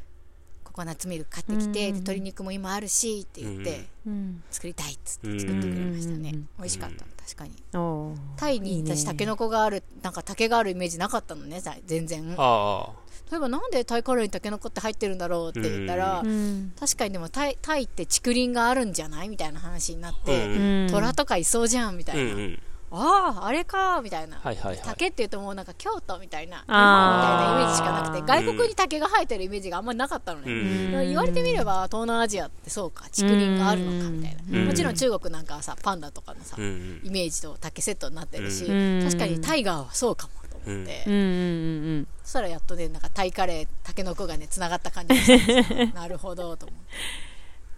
[SPEAKER 1] ココナッツミルク買ってきて、で
[SPEAKER 2] うん
[SPEAKER 1] 鶏肉も今あるしって言って、
[SPEAKER 3] うん
[SPEAKER 2] うん
[SPEAKER 1] 作りたいっつっ
[SPEAKER 3] うん
[SPEAKER 1] て作ってくれましたね、
[SPEAKER 2] うん
[SPEAKER 1] 美味しかった
[SPEAKER 3] う
[SPEAKER 1] 確かに
[SPEAKER 2] おー
[SPEAKER 1] タイ
[SPEAKER 2] いい
[SPEAKER 1] に
[SPEAKER 2] ね
[SPEAKER 1] 私タケノコがあるなんか竹があるイメージなかったのねさ全然例
[SPEAKER 3] ああ
[SPEAKER 1] えばなんでタイカレーにタケノコって入ってるんだろうって言ったら、
[SPEAKER 2] うん
[SPEAKER 1] 確かにでもタイタイって竹林があるんじゃないみたいな話になっ
[SPEAKER 3] うん
[SPEAKER 1] て、
[SPEAKER 2] うん
[SPEAKER 1] 虎とかいそうじゃんみたい
[SPEAKER 3] うん
[SPEAKER 1] な、
[SPEAKER 3] うん
[SPEAKER 1] あああれかみたいな、
[SPEAKER 3] はいはいはい
[SPEAKER 1] 竹っていうともうなんか京都みたいなみたい
[SPEAKER 2] あ
[SPEAKER 1] な
[SPEAKER 2] ー
[SPEAKER 1] イメージしかなくて
[SPEAKER 3] うん
[SPEAKER 1] 外国に竹が生えてるイメージがあんまりなかったのね、
[SPEAKER 3] うん
[SPEAKER 1] でも言われてみれば東南アジアってそうか竹林があるのかみたいな、
[SPEAKER 3] うん
[SPEAKER 1] もちろん中国なんかはさパンダとかのさ、
[SPEAKER 3] うん
[SPEAKER 1] イメージと竹セットになってるし、
[SPEAKER 2] うん
[SPEAKER 1] 確かにタイガーはそうかもと思思って、
[SPEAKER 2] うんうんうん
[SPEAKER 1] そしたらやっとねなんかタイカレーたけのこがねつながった感じがしたん ですよなるほどと思っ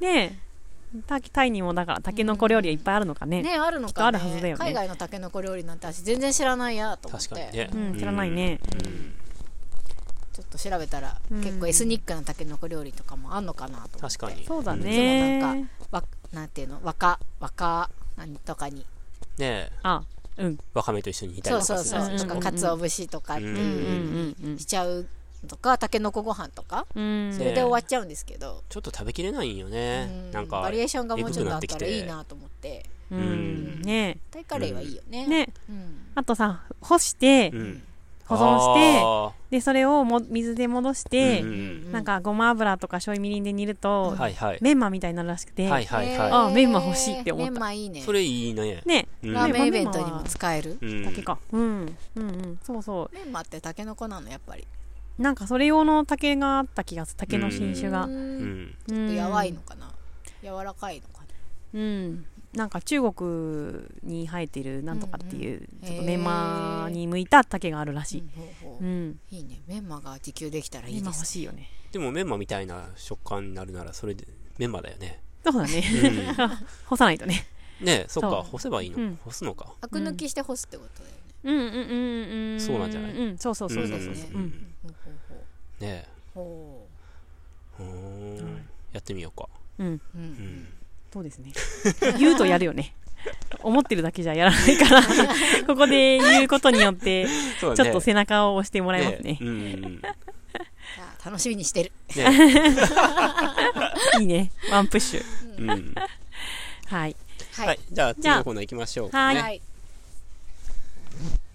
[SPEAKER 2] ねえタタイにもだからタケノコ料理はいっぱいあるの
[SPEAKER 1] て
[SPEAKER 2] かね
[SPEAKER 1] ねあるの
[SPEAKER 2] きっと
[SPEAKER 1] か、
[SPEAKER 2] あ
[SPEAKER 1] ね
[SPEAKER 2] るはずだよね
[SPEAKER 1] 海外のたけのこ料理なんて私全然知らないやと思っ
[SPEAKER 3] 確
[SPEAKER 1] て
[SPEAKER 3] かにね、
[SPEAKER 2] うん知らないね
[SPEAKER 3] うん
[SPEAKER 1] ちょっと調べたら、
[SPEAKER 2] うん
[SPEAKER 1] 結構エスニックなたけのこ料理とかもあんのかなと思って
[SPEAKER 3] 確かに
[SPEAKER 2] そうだ
[SPEAKER 1] いつもな
[SPEAKER 2] ね
[SPEAKER 1] わなんていうの若若何とかに
[SPEAKER 3] ねえ
[SPEAKER 2] あうん
[SPEAKER 3] わかめと一緒に煮たり
[SPEAKER 1] そう
[SPEAKER 3] と
[SPEAKER 1] そ
[SPEAKER 3] か
[SPEAKER 1] う
[SPEAKER 3] す
[SPEAKER 1] そ
[SPEAKER 3] る
[SPEAKER 1] うと
[SPEAKER 2] うん
[SPEAKER 1] かかつお節とかって
[SPEAKER 2] うんうん
[SPEAKER 1] いう
[SPEAKER 2] うん
[SPEAKER 1] しちゃうとかたけのこご飯とか
[SPEAKER 2] うん
[SPEAKER 1] それで終わっちゃうんですけど、
[SPEAKER 3] ちょっと食べきれないんよね、
[SPEAKER 1] うん
[SPEAKER 3] なんか
[SPEAKER 1] バリエーションがもうちょっとあっ
[SPEAKER 3] えぐく
[SPEAKER 1] た
[SPEAKER 3] な
[SPEAKER 1] ら
[SPEAKER 3] てきて
[SPEAKER 1] いいなと思って
[SPEAKER 2] うんね
[SPEAKER 1] タイカレーはいいよね、
[SPEAKER 2] えねえ
[SPEAKER 1] うん
[SPEAKER 2] あとさ干して
[SPEAKER 3] うん
[SPEAKER 2] 保存して
[SPEAKER 3] あ
[SPEAKER 2] でそれをも水で戻し
[SPEAKER 3] ー
[SPEAKER 2] て
[SPEAKER 3] うんうんうん
[SPEAKER 2] なんかごま油とか醤油みりんで煮ると
[SPEAKER 3] はいはい
[SPEAKER 2] メンマみたいになるらしくて
[SPEAKER 3] はいはいはい、
[SPEAKER 2] あメンマ欲しいって思った
[SPEAKER 1] メンマいいね
[SPEAKER 3] それいいね、
[SPEAKER 2] ね
[SPEAKER 3] うん
[SPEAKER 1] ラーメンイベントにも使える
[SPEAKER 3] うん
[SPEAKER 2] タケかうんうんうんそうそ
[SPEAKER 1] メンマってタケノコなのやっぱり
[SPEAKER 2] うなんかそれ用の竹があった気がする竹の品種
[SPEAKER 1] う
[SPEAKER 2] が
[SPEAKER 3] うんん
[SPEAKER 2] うん
[SPEAKER 1] やわいのかな柔らかいのかな
[SPEAKER 2] うん、なんか中国に生えてるなんとかっていう、
[SPEAKER 1] うんうん
[SPEAKER 2] ちょっとメンマに向いた竹があるらしい、
[SPEAKER 1] ほうほ
[SPEAKER 2] う、
[SPEAKER 1] うんいいねメンマが自給できたらいい
[SPEAKER 2] 今
[SPEAKER 1] で
[SPEAKER 2] 欲
[SPEAKER 1] す
[SPEAKER 2] しいよね
[SPEAKER 3] でもメンマみたいな食感になるならそれでメンマだよね、
[SPEAKER 2] そうだね
[SPEAKER 3] うん、
[SPEAKER 2] 干さないとね
[SPEAKER 3] ね そっ
[SPEAKER 2] そう
[SPEAKER 3] か干せばいいの、
[SPEAKER 2] うん
[SPEAKER 3] 干すのか
[SPEAKER 1] アク抜きして干すってことだよね
[SPEAKER 2] うんうんうんうん
[SPEAKER 3] そうなんじゃない
[SPEAKER 2] うんそうそうそうそうそううんうん、
[SPEAKER 1] ほうほう
[SPEAKER 3] ね
[SPEAKER 1] ほうほ
[SPEAKER 3] うーんやってみようか、
[SPEAKER 2] うん
[SPEAKER 1] うう
[SPEAKER 3] うんん、
[SPEAKER 2] そうですね言うとやるよね思ってるだけじゃやらない からここで言うことによって
[SPEAKER 3] そう
[SPEAKER 2] ち
[SPEAKER 3] だ
[SPEAKER 2] ょっ
[SPEAKER 3] ね
[SPEAKER 2] と背中を押してもらいますね
[SPEAKER 3] ねうんうんうん
[SPEAKER 1] じゃあ楽しみにしてる
[SPEAKER 3] ね
[SPEAKER 2] いいねワンプッシュ
[SPEAKER 3] うん
[SPEAKER 2] はい
[SPEAKER 1] は
[SPEAKER 3] はい
[SPEAKER 1] い
[SPEAKER 3] じゃあ次
[SPEAKER 2] じゃあ
[SPEAKER 3] のコーナー行きましょう
[SPEAKER 2] は
[SPEAKER 3] かね
[SPEAKER 2] い
[SPEAKER 1] い